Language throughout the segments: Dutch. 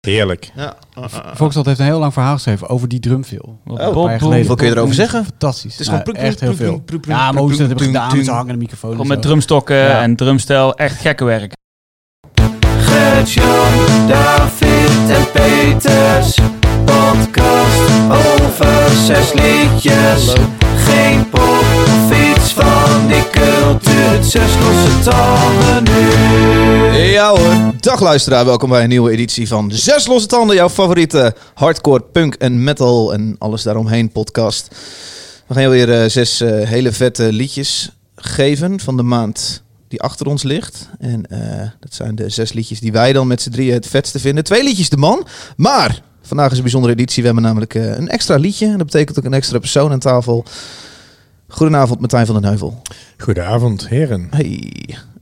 Heerlijk. Ja. Ah, ah, ah. Volksstad heeft een heel lang verhaal geschreven over die drumfil. Wat Oh, een paar jaar geleden- hoeveel kun je erover zeggen? Fantastisch. Het is Nou, gewoon pluk, echt heel pluk, pluk, veel. pluk, pluk, pluk, Ja, maar pluk, hoe ze dat hebben pluk, gedaan pluk. met zo'n hangende microfoon. en Gewoon met zo. drumstokken Ja. en drumstijl. Echt gekke werk. Gert-Jan, David en Peters. Podcast over zes liedjes. Geen pop of iets van die cultuur. Zes losse tanden nu. Ja hoor. Dag luisteraar, welkom bij een nieuwe editie van Zes Losse Tanden. Jouw favoriete hardcore, punk en metal en alles daaromheen podcast. We gaan je weer eh, zes eh, hele vette liedjes geven van de maand die achter ons ligt. En eh, dat zijn de zes liedjes die wij dan met z'n drieën het vetste vinden. Twee liedjes de man, maar vandaag is een bijzondere editie. We hebben namelijk eh, een extra liedje en dat betekent ook een extra persoon aan tafel. Goedenavond Martijn van den Heuvel. Goedenavond, heren. Hey,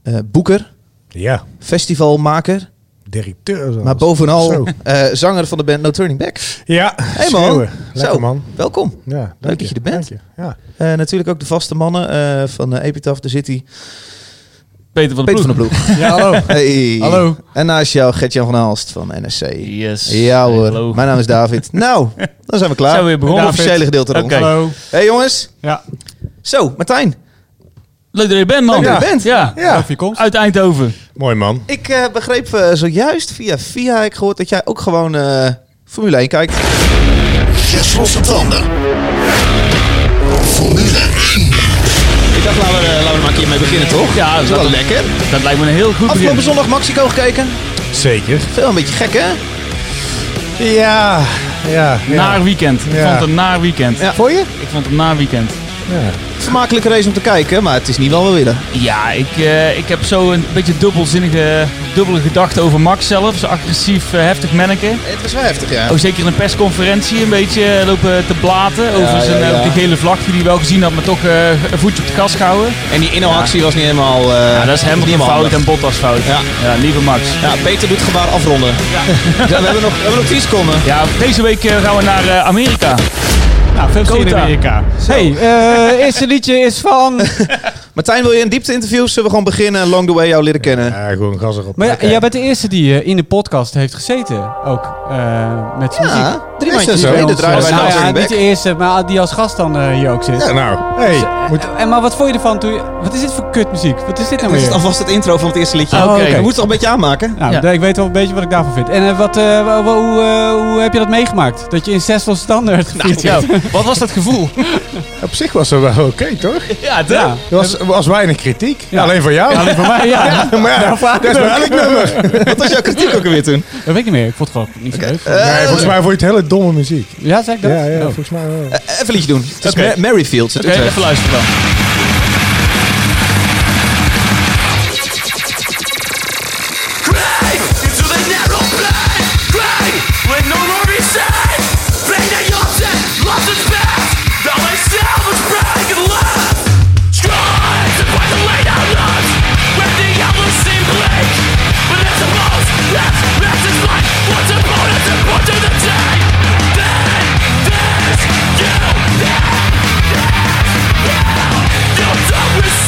eh, boeker, Ja, festivalmaker. directeur. zelfs. Maar bovenal Zo. eh, zanger van de band No Turning Back. Ja, hey man. Lekker Zo. man. Welkom. Ja, dank Leuk dat je er bent. dank je. Ja. Eh, natuurlijk ook de vaste mannen eh, van eh, Epitaph, de City. Peter van de Peter van Ploeg. der Ploeg. Ja, hallo. Hey. Hallo. En naast jou Gert-Jan van Aalst van NSC. Yes. Ja hoor. Hallo. Mijn naam is David. nou, dan zijn we klaar. Zijn we weer begonnen, Het officiële gedeelte rond. Oké. Hallo. Hey jongens. Ja, Zo, Martijn. Leuk dat je er bent, man. Leuk dat je Ja. bent. Ja. ja. je komst. Uit Eindhoven. Mooi man. Ik eh, begreep eh, zojuist via via heb ik gehoord dat jij ook gewoon eh, Formule 1 kijkt. Zes losse tanden. Formule Ik dacht, laten we, laten we maar een keer mee beginnen toch? Ja, dat is wel lekker. Dat lijkt me een heel goed Afgelopen begin. zondag Mexico gekeken. Zeker. Veel een beetje gek hè? Ja, ja. ja. Naar weekend. Ik Ja. vond het een naar weekend. Ja. Voor je? Ik vond het een naar weekend. Ja. Vermakelijke race om te kijken, maar het is niet wel we willen. Ja, ik, eh, ik heb zo een beetje dubbelzinnige, dubbele gedachten over Max zelf. Zo agressief, eh, heftig manneke. Het was wel heftig, ja. Ook Oh, zeker in een persconferentie een beetje eh, lopen te blaten over Ja, zijn, ja, eh, ja. die gele vlag die hij wel gezien had, maar toch eh, een voetje op het gas gehouden. Oh, En die inhoudactie was niet helemaal... eh, Ja, dat is niet Hamilton helemaal fout en handig. Bottas fout. Ja. ja lieve Max. Ja, Peter doet gebaar afronden. Ja. we, hebben nog, we hebben nog 10 seconden. Ja, deze week eh, gaan we naar eh, Amerika. Ah, Nou, veel plezier in Kota. Amerika. Hey, eh, eerste liedje is van... Martijn, wil je een diepte-interview? Zullen we gewoon beginnen en along the way jou leren kennen? Ja, gewoon gas erop. Maar ja, Oké. jij bent de eerste die eh, in de podcast heeft gezeten. Ook eh, met zijn muziek. Ja, drie Is dat maandjes zo? geleden Ons, draaiden wij Nou Nothing ja, Back. niet de eerste, maar die als gast dan eh, hier ook zit. Ja, nou. Hey, moet... En maar wat vond je ervan toen je... Wat is dit voor kutmuziek? Wat is dit nou Dit is weer? alvast het intro van het eerste liedje. Oh, oké. We moeten het toch een beetje aanmaken? Nou, Ja. ik weet wel een beetje wat ik daarvan vind. En eh, wat, eh, wa- wa- hoe, eh, hoe heb je dat meegemaakt? Dat je in zes van Nou, standaard gevierd Ja, werd? wat was dat gevoel? op zich was er wel oké, toch? Ja, toch? Ja. Er was, was weinig kritiek. Ja. Alleen van jou. Alleen voor mij, ja. maar ja, dat is wel elk nummer. Wat was jouw kritiek ook alweer toen? Dat weet ik niet meer. Ik vond het gewoon niet zo leuk. Nee, volgens mij vond je het hele domme muziek. Ja, zeg ik dat? Ja, ja, Oh. volgens mij wel. Eh, even een liedje doen. Het is Oké. Ma- Maryfields uit Oké, Utrecht. even luisteren dan. Drive into the narrow blind. Drive when no more is said. Pain that you set, lost and past. Now myself is brag and love. Strive to find the light out lost. When the outlook seems bleak. But as the most left, left is life. What's important is important to the day. Then, this, you, that, that, that.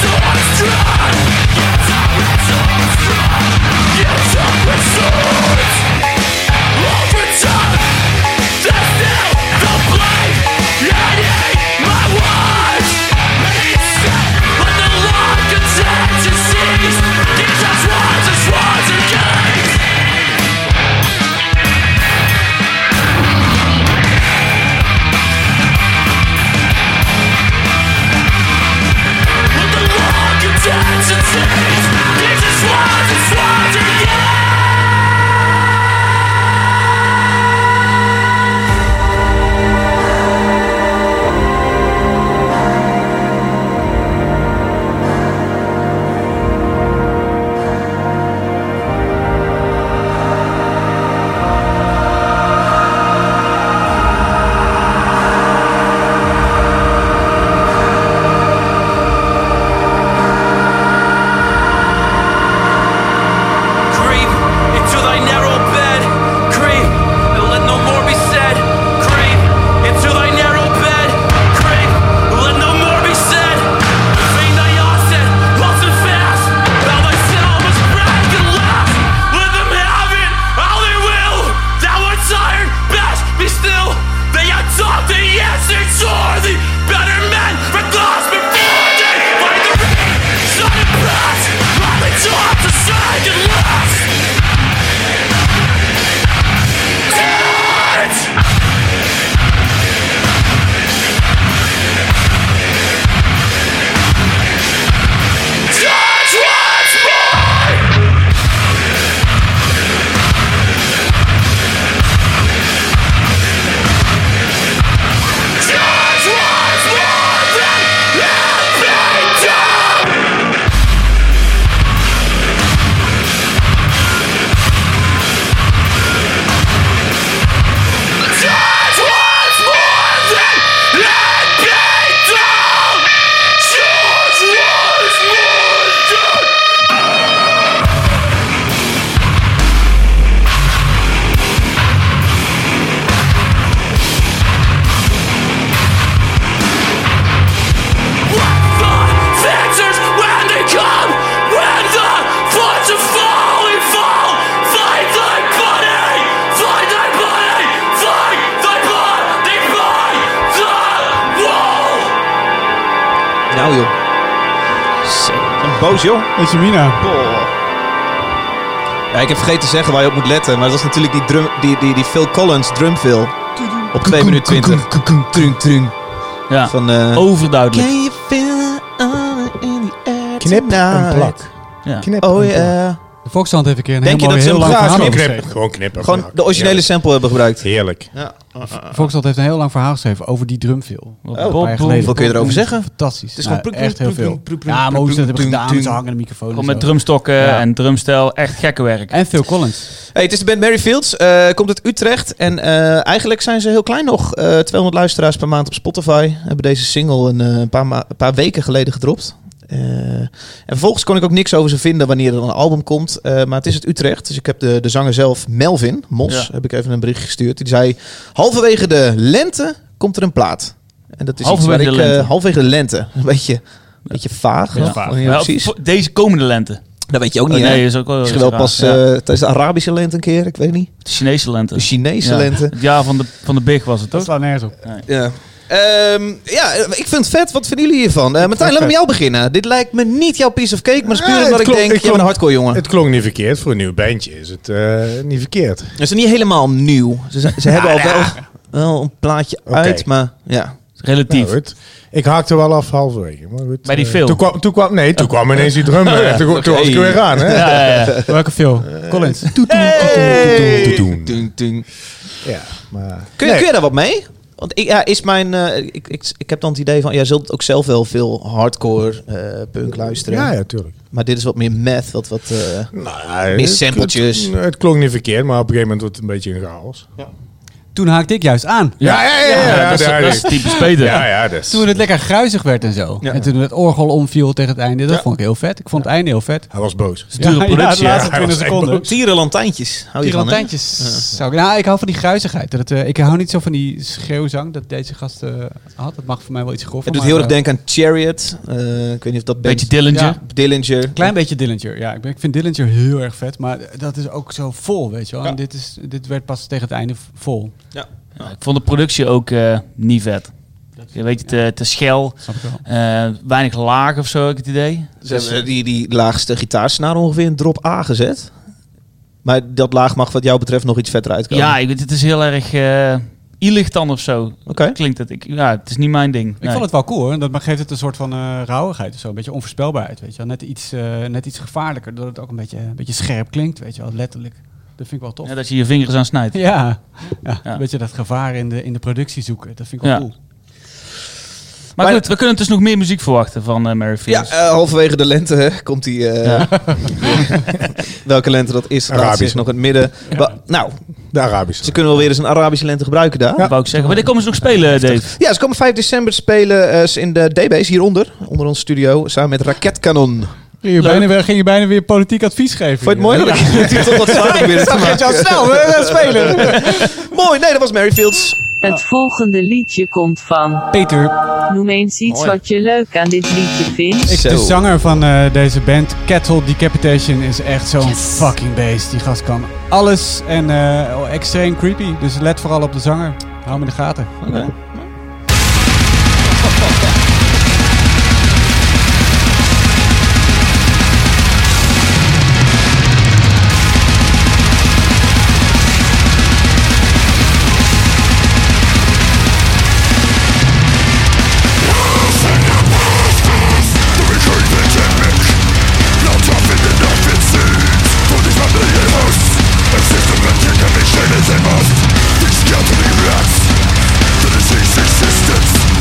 Nou joh, Zeker. boos joh. Met je mina. Ja, ik heb vergeten te zeggen waar je op moet letten, maar dat is natuurlijk die, drum, die, die, die Phil Collins drumfill op 2 minuten 20. Trunk, trunk. Ah. Ja, Van, eh Oh. overduidelijk. Can you feel it all in the air Knip en tonight? plak. Ja. Knip Oh en ja. plak. De Volkskrant heeft een keer een Denk je heel mooi, dat ze heel hem lang graag verhaal knippen? geschreven. Knip, gewoon knippen. Gewoon de originele sample hebben gebruikt. Heerlijk. De Volkskrant heeft een heel lang verhaal geschreven over die drumfil. Wat Oh, een Een paar jaar geleden. Hoeveel kun je erover zeggen? Fantastisch. Het is is gewoon gewoon pluk, echt heel pluk, veel. pluk, pluk, pluk, Ja, maar hoe ze dat hebben pluk, gedaan, pluk, ze hangen de microfoon en Met zo. drumstokken Ja. en drumstel. Echt gekke werk. En Phil Collins. Hey, het is de band Merryfields, eh komt uit Utrecht. En eh, eigenlijk zijn ze heel klein nog. Eh, 200 luisteraars per maand op Spotify. Hebben deze single een, eh, een, paar, ma- een paar weken geleden gedropt. Eh, en vervolgens kon ik ook niks over ze vinden wanneer er een album komt. Eh, maar het is uit Utrecht. Dus ik heb de, de zanger zelf, Melvin Mos, Ja. heb ik even een bericht gestuurd. Die zei, halverwege de lente komt er een plaat. En dat is Halverwege iets waar de ik... eh, lente. halverwege de lente. Een beetje, een beetje vaag. Ja. nog. Vaag. Ja, Wel, precies. voor Deze komende lente. Dat weet je ook Oh, niet, hè? nee, is ook wel Misschien wel raar. pas Ja. eh, tijdens de Arabische lente een keer, ik weet niet. de Chinese lente. De Chinese Ja. lente. Het jaar van de, van de Big was het Dat toch? staat nergens op. Ja. Ehm, ja, ik vind het vet. Wat vinden jullie hiervan? Eh, Martijn, laat het me jou beginnen. Dit lijkt me niet jouw piece of cake, maar Ah, puur het omdat ik klopt, denk, het je bent klopt. een hardcore jongen. Het Het klonk niet verkeerd. Voor een nieuw bandje is het eh, niet verkeerd. is niet helemaal nieuw. Ze, zijn- ze hebben al wel, wel een plaatje Oké. uit, maar ja. Relatief. Nou, goed. Ik haakte wel af halverwege. Maar goed, Bij die eh, film. Oh. Toen kwam, toen kwam, nee, toen kwam ineens die drum. eh, toen, toen was ik er weer aan. Hè? ja, ja, ja. Welke Phil? Eh, Collins. Hey! Doen. Doen, doen. Ja, maar... Kun, je, Nee. kun je daar wat mee? Want ik, ja, is mijn, eh, ik, ik, ik heb dan het idee van, jij zult ook zelf wel veel hardcore eh, punk luisteren. Ja, ja, tuurlijk. Maar dit is wat meer math, wat, wat eh, Nou, Meer het- sampletjes. Het, het klonk niet verkeerd, maar op een gegeven moment wordt het een beetje een chaos. Toen haakte ik juist aan. Ja, ja, ja. ja, ja, dat, is, daar- dat is typisch Peter. ja, ja, dus. Toen het lekker gruizig werd en zo. En toen het orgel omviel tegen het einde. Dat vond ik heel vet. Ik vond het einde heel vet. Hij was boos. Dure productie. de laatste Ja, hij 20 was echt seconden. tierenlantijntjes. Hou Die je van, hè? lantijntjes. Zou ik, nou, ik hou van die gruizigheid. Dat het, eh, ik hou niet zo van die schreeuwzang dat deze gast eh, had. Dat mag voor mij wel iets grover. Het doet maar, heel erg eh, denken aan Chariot. Eh, ik weet niet of dat Beetje bent. Dillinger. Ja. Dillinger. Klein beetje Dillinger. Ja, ik, ben- ik vind Dillinger heel erg vet. Maar dat is ook zo vol, weet je wel. En dit, is, dit werd pas tegen het einde v- vol. Ja, Ik vond de productie ook eh, niet vet. Je weet, te, te schel, Snap ik wel. eh, weinig laag of zo, heb ik het idee. Ze hebben die, die laagste gitaarsnaar ongeveer in drop A gezet. Maar dat laag mag wat jou betreft nog iets verder uitkomen. Ja, ik weet, het is heel erg eh ilig dan of zo. Oké. Klinkt het? Ik, ja, het is niet mijn ding. Ik vond het wel cool hoor. Dat geeft het een soort van eh rauwigheid of zo. Een beetje onvoorspelbaarheid, weet je wel. Net iets, eh, net iets gevaarlijker. Dat het ook een beetje, een beetje scherp klinkt, weet je wel. Letterlijk. Dat vind ik wel tof. Ja, dat je je vingers aan snijdt. Ja, ja, Ja. een beetje dat gevaar in de, in de productie zoeken. Dat vind ik wel Ja. cool. Maar, Maar- goed, we kunnen dus nog meer muziek verwachten van eh Mary Ja, Fields. eh, halverwege de lente hè, komt die. eh, Welke lente dat is, dat is Arabische. nog in het midden. Wa- Nou, De Arabische. ze kunnen wel weer eens een Arabische lente gebruiken daar. Dat wou ik zeggen. Maar dit komen ze nog spelen, Dave. Ja, ze komen 5 december spelen eh, ze in de D-Base hieronder. Onder ons studio, samen met Raketkanon. Ging je, Leuk. bijna ging je bijna weer politiek advies geven. Vond je het mooi dat ik de titel wat vaker binnen te maken? snel, we gaan spelen. Mooi, nee, dat was Merryfields. Het volgende liedje komt van. Peter, Noem eens iets Mooi. wat je leuk aan dit liedje vindt. ik, de Zo. zanger van eh, deze band, Cattle Decapitation, is echt zo'n fucking beest. Die gast kan alles en eh, oh, extreem creepy. Dus let vooral op de zanger. Hou hem in de gaten. Systematic emission is a must. These scattering rats. The disease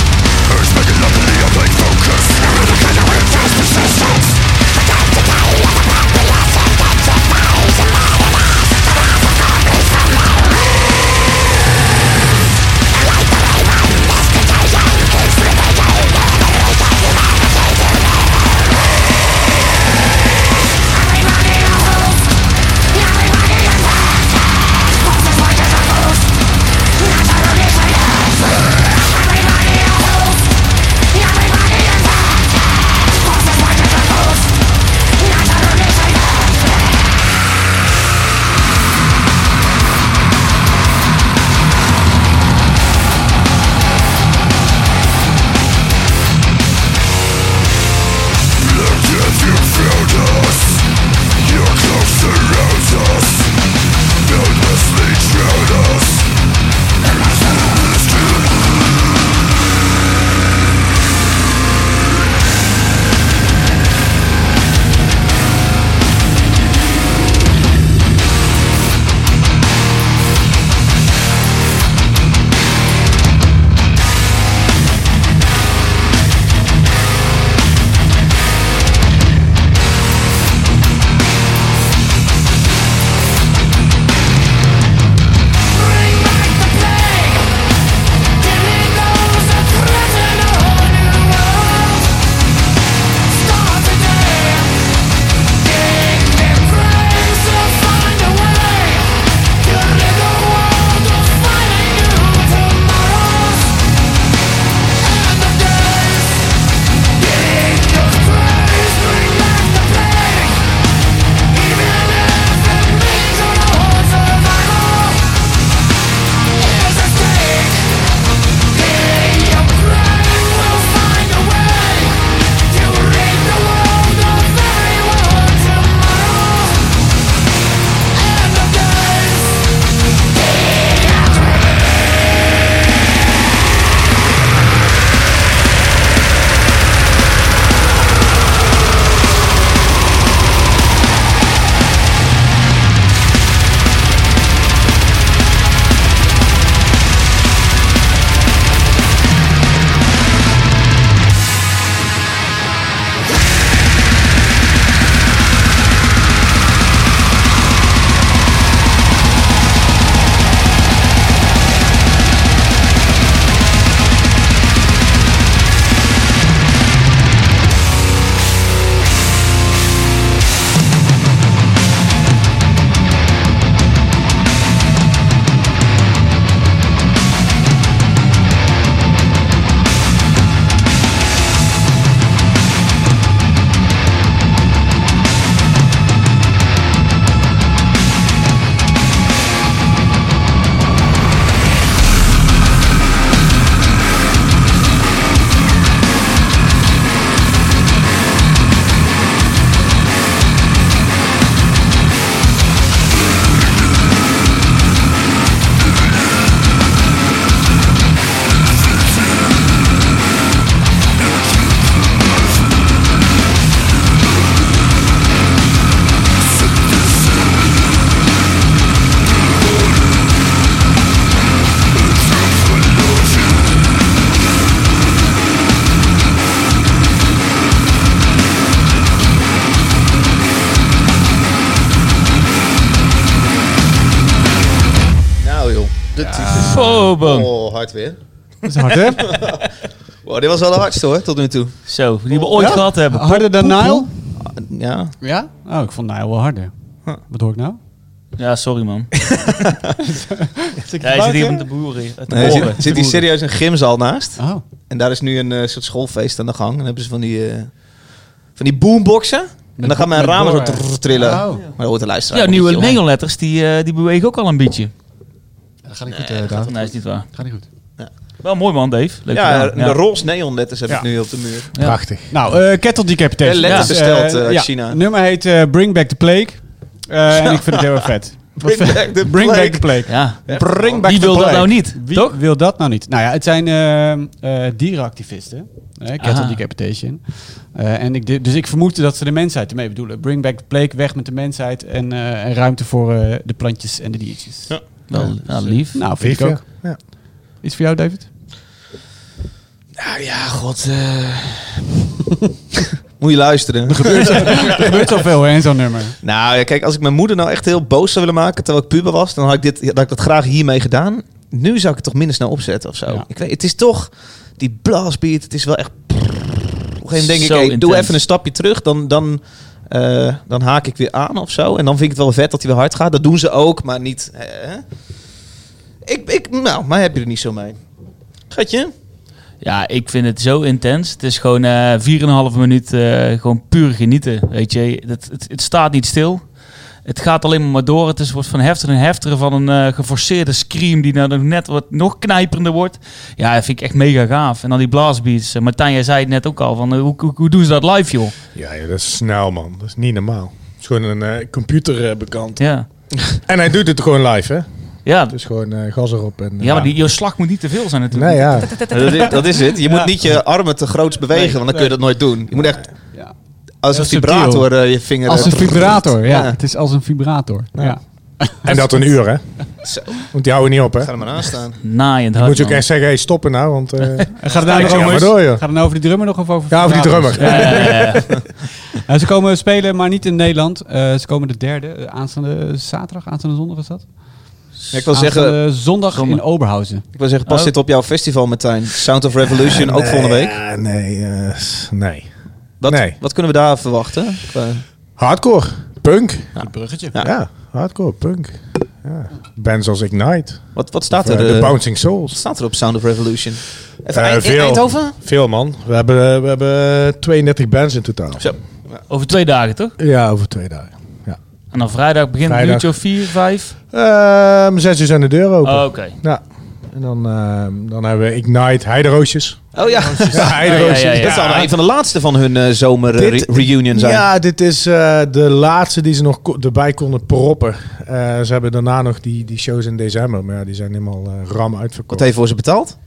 Nou, joh. De tyfus. Boom. Oh, hard weer. Dat is hard, hè? Wow, dit was wel de hardste hoor, tot nu toe. Zo, die we ooit Ja? gehad hebben. Harder dan Nile? Ja. Ja? Oh, ik vond Nile wel harder. Wat hoor ik nou? Ja, sorry man. Zit ik Ja, hij zit fout, hier hè? om te boeren. eh, Te Nee, boren, te zit, zit hier boeren. serieus een gymzaal naast. Oh, En daar is nu een eh, soort schoolfeest aan de gang. En dan hebben ze van die, eh, van die boomboxen. En dan gaan mijn met ramen zo boren. trrr- trillen. Oh. Maar dat hoort de luisteraar. Ja, niet, nieuwe joh. neonletters, die, eh, die bewegen ook al een beetje. dat gaat niet goed, eh, David. Nee, is niet waar. Gaat niet goed. Wel mooi man, Dave. Leuk Ja, gedaan. de roze neonletters heb ik Ja. nu op de muur. Prachtig. Nou, eh Kettle Decapitation. Eh, letter Ja. besteld, Eh, eh, uit ja. China. nummer heet eh, Bring Back the Plague. Eh, En ik vind het heel erg vet. Bring Wat- back the Bring plague. Back the Plague. Ja. Bring Wie wil dat plague. nou niet? Wie Toch? wil dat nou niet? Nou ja, het zijn ehm, eh, dierenactivisten. Eh, Cattle Ah. Decapitation. Eh, en ik, di- dus ik vermoedde dat ze de mensheid ermee bedoelen. Bring back the plague, weg met de mensheid. En, eh, en ruimte voor eh, de plantjes en de diertjes. Wel nou, lief. Nou, vind ik Lief, ook. Iets voor jou, David? Nou ja, god. eh. Moet je luisteren. Er gebeurt zoveel hè, in zo'n nummer. Nou ja, kijk, als ik mijn moeder nou echt heel boos zou willen maken terwijl ik puber was, dan had ik, dit, had ik dat graag hiermee gedaan. Nu zou ik het toch minder snel opzetten of zo. Ja. Ik weet, het is toch die blastbeat, het is wel echt. Op een gegeven moment denk ik, Zo hey, doe intens. even een stapje terug, dan, dan, eh, dan haak ik weer aan of zo. En dan vind ik het wel vet dat hij weer hard gaat. Dat doen ze ook, maar niet. eh. ik, ik, nou, mij heb je er niet zo mee. Gatje? Ja, ik vind het zo intens. Het is gewoon eh 4,5 minuut eh, gewoon puur genieten. Weet je, het, het, het staat niet stil. Het gaat alleen maar door. Het is, wordt van heftiger en heftiger van een eh, geforceerde scream die nou nog net wat nog knijperender wordt. Ja, dat vind ik echt mega gaaf. En dan die blastbeats. Eh, Martijn, jij zei het net ook al. Van, eh, hoe, hoe, hoe doen ze dat live, joh? Ja, ja, dat is snel, man. Dat is niet normaal. Het is gewoon een eh, computer eh, bekant. Ja, En hij doet het gewoon live, hè? ja. Dus gewoon eh, gas erop. En, ja maar die, je slag moet niet te veel zijn natuurlijk. Nee, ja. dat, is, dat is het. Je moet niet je armen te groots bewegen, want dan kun je dat nooit doen. Je moet echt Ja. als een Heel vibrator eh, je vinger... Als een eh, vibrator, ja. Het is als een vibrator. Ja. En dat een uur, hè? Zo, Want die houden niet op, hè? ga er maar aan staan. Naaiend hard, Moet je ook man. echt zeggen, hey, stoppen nou, want... eh, En Gaat het nou Ik nog zeg over, maar door, joh. gaat het nou over die drummer nog of over Ja, over die vibrators? drummer. Ja, ja, ja. Eh, Eh, ze komen spelen, maar niet in Nederland. Eh, ze komen de derde, eh, aanstaande zaterdag, aanstaande zondag is dat? Ja, ik wil zeggen, Aanstaande zondag zondag. in Oberhausen. ik wil zeggen, pas Oh. dit op jouw festival, Martijn. Sound of Revolution, ook volgende week. Ja, nee, eh, nee. Wat, nee. wat kunnen we daar verwachten? Eh, Qua- Hardcore. Punk. Een bruggetje. Ja. Ja, hardcore, punk. Ja. Bands als Ignite. Wat, wat staat Of, er? eh, eh, The Bouncing Souls. wat staat er op Sound of Revolution? Even Eh, Eind- veel. Eindhoven? Veel, man. We hebben, eh, we hebben 32 bands in totaal. Zo. over twee dagen, toch? Ja, over twee dagen. En dan vrijdag begint het Vrijdag. uurtje of vier, vijf? Ehm zes uur zijn de deuren open. Oh, Oké. Ja. En dan, ehm, dan hebben we Ignite, Heideroosjes. Oh ja. Ja, Heideroosjes. Ja, ja, ja. Dat is al een van de laatste van hun eh, zomer Dit- re- reunion zijn. Ja, dit is eh, de laatste die ze nog ko- erbij konden proppen. Eh, ze hebben daarna nog die, die shows in december, maar ja, die zijn helemaal eh, ram Wat uitverkocht. heeft voor ze betaald?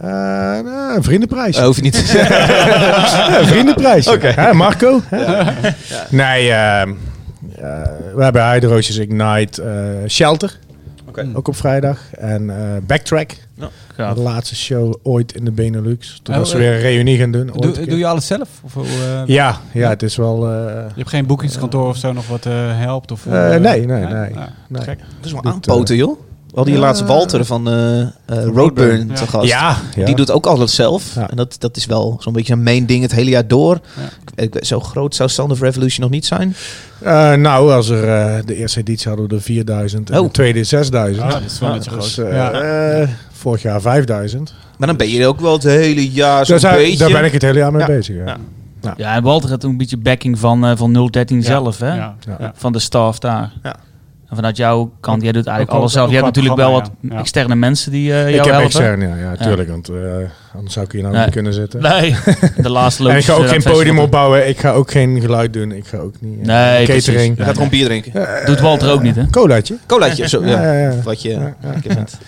Eh, nou, een vriendenprijs. Eh, hoef je niet te zeggen. Ja, een vriendenprijs. Hè, Marco? Hè? Nee, ehm, eh, we hebben Heideroosjes Ignite, eh, Shelter, Oké. ook op vrijdag. En eh, Backtrack, Gaaf. de laatste show ooit in de Benelux. Toen Oh, was ze eh, weer een reunie gaan doen. ooit een Doe, keer. doe je alles zelf? Of, hoe, eh, ja, ja, het is wel... eh, Je hebt geen boekingskantoor of zo nog wat eh, helpt? Of, Eh, eh, nee, nee, nee. Nou, Nee. gek. Dat is wel Doet, aanpoten, joh. We hadden hier ja. laatst Walter van eh, eh, Roadburn Roadburn, te ja. gast. ja. Die doet ook alles zelf. Ja. En dat, dat is wel zo'n beetje een main ding het hele jaar door. Ja. Ik weet- Zo groot zou Sound of Revolution nog niet zijn. Eh, nou, als er eh, de eerste editie hadden we er 4000 en Oh. de tweede 6000. Ah, dat is wel een beetje Dus, groot. eh, Ja. eh, vorig jaar 5000. Maar dan ben je ook wel het hele jaar zo'n Dus, eh, Daar, zijn- beetje... daar ben ik het hele jaar mee Ja. bezig. Ja. Ja. Ja, en Walter had ook een beetje backing van, eh, van 013 zelf, hè? Ja. Ja. Ja. Van de staff daar. Ja. En vanuit jouw kant, jij doet eigenlijk Ook alles wel- zelf. ook Je hebt qua natuurlijk wel wat programma, ja. Ja. externe mensen die eh jou Ik heb helpen. extern, ja, ja tuurlijk. Want eh, anders zou ik hier nou Nee. niet kunnen zitten. Nee, de laatste eh, loop. en ik ga ook geen podium opbouwen. Ik ga ook geen geluid doen. Ik ga ook niet... eh, Nee, precies. catering. Je gaat gewoon bier drinken. Doet Walter ook niet, hè? Colaatje. Colaatje, zo. Ja. Ja, ja, ja. Wat je lekker vindt.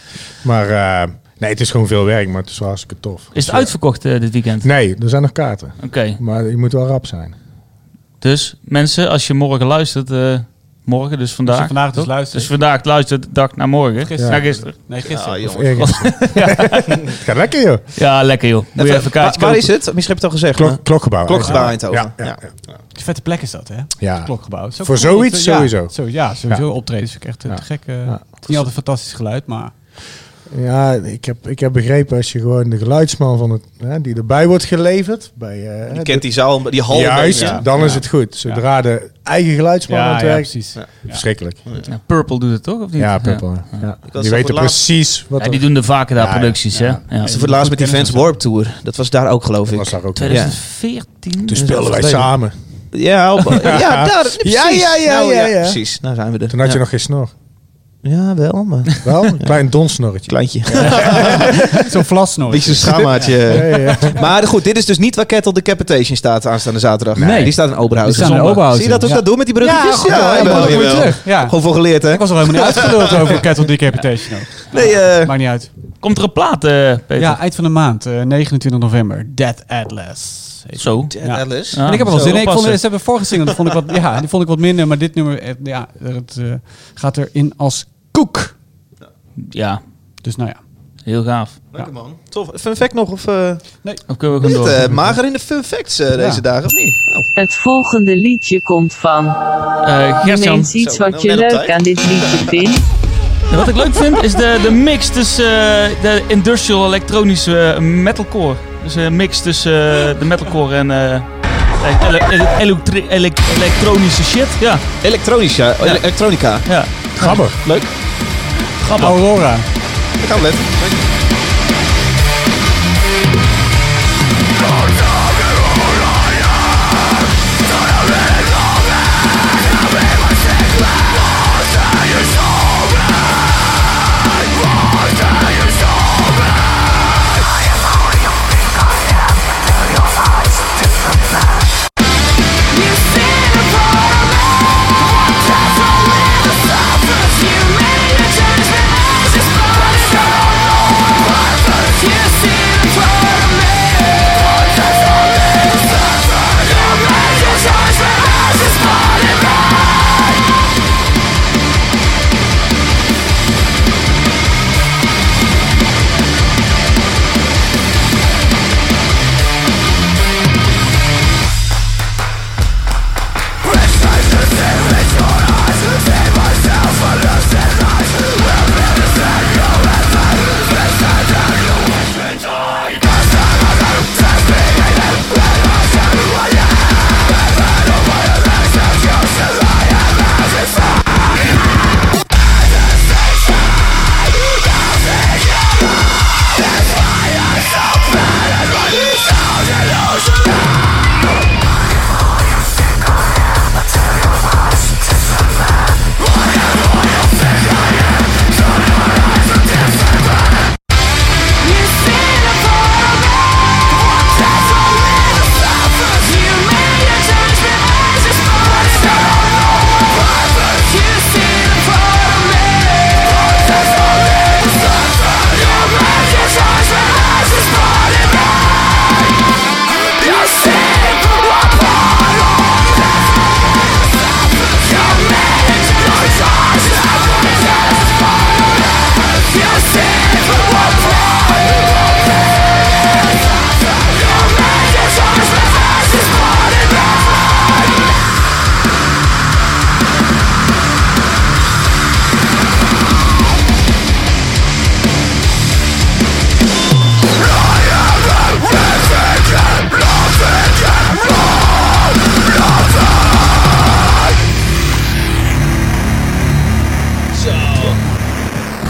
Maar eh, nee, het is gewoon veel werk. Maar het is wel hartstikke tof. Is het uitverkocht eh, dit weekend? Nee, er zijn nog kaarten. Oké, Maar je moet wel rap zijn. dus mensen, als je morgen luistert, eh, Morgen, dus vandaag. je vandaag dus toch? luistert. Dus vandaag luistert de dag naar morgen. Gisteren. Naar gisteren. Nee, gisteren. Ja, Of Ah, jongens. ergens. Het gaat lekker, joh. Ja, lekker joh. Moet je even Waar- kaartjes Waar kopen. is het? Oh, Misschien heb je het al gezegd. maar- Klok, klokgebouw. Klokgebouw eigenlijk. Eindhoven. Ja, ja, Ja. ja. Vette plek is dat, hè? Ja. Klokgebouw. Is ook Voor cool. zoiets Ja, sowieso. Zo, ja, sowieso optredens. Vind ik echt eh, Ja. te gek. eh, Ja. Het is niet altijd fantastisch geluid, maar... Ja, ik heb, ik heb begrepen als je gewoon de geluidsman van het, hè, die erbij wordt geleverd. Bij, eh, Die de- kent die zaal, die hal. een Juist, beetje. dan is het goed. Zodra de eigen geluidsman aan het ja, werk precies. Ja. Verschrikkelijk. Ja, Purple doet het toch, of niet? Ja, Purple. Ja. Die was daar weten voor laatst- precies wat Ja, er die doen er vaker daar Ja, ja. producties, hè? Ja. Ze voor het laatst met die Vans Warp Tour. Dat was daar ook, geloof ik. was daar ook. 2014. Toen speelden wij geleden. samen. Ja, op- ja, daar. Precies. Ja, ja, ja, Nou, ja, ja. Precies, nou zijn we er. Toen had je ja. nog geen snor. Ja, wel, maar... Wel, een klein donsnorretje. Kleintje. Zo'n vlasnoot. Beetje zo'n schaamhaartje. Ja, ja, ja. Maar goed, dit is dus niet waar Kettle Decapitation staat aanstaande zaterdag. Nee. die staat in Oberhausen. Die staat in zondag. Oberhausen. Zie je dat ook Ja. dat doen met die Ja, bruggetjes? goed, ja, jawel, helemaal goed jawel. terug. Ja. Gewoon voor geleerd, hè? Ik was al helemaal niet uitgeluld over Kettle Decapitation. ook. Nee, eh, Maakt niet uit. Komt er een plaat, eh, Peter? Ja, eind van de maand, eh, 29 november. Dead Atlas. heet Zo. Dead Ja. Atlas. Ja. en ik heb er wel Zo, zin in. Ik vond, oppassen. ze hebben vorige single, dat vond ik wat, ja, die vond ik wat minder. Maar dit nummer eh, ja, het, eh, gaat erin als koek. Ja, Dus nou ja. heel gaaf. Lekker man. Tof. Fun fact nog? Of, eh, Dan kunnen we is gewoon het, door. eh, mager in de fun facts eh, deze dagen, of niet? Nou, Het volgende liedje komt van. Eh, Noem Gertjan, eens iets Zo, wat nou, je net op leuk tijd. aan dit liedje vindt. wat ik leuk vind is de, de mix tussen eh, de industrial elektronische eh, metalcore. Dus een mix tussen eh, de metalcore en eh, ele- ele- elektri- elek- elektronische shit. Ja, elektronica. ele- elektronica. ja. Grappig. leuk. Grappig. Aurora. Daar gaan we letten.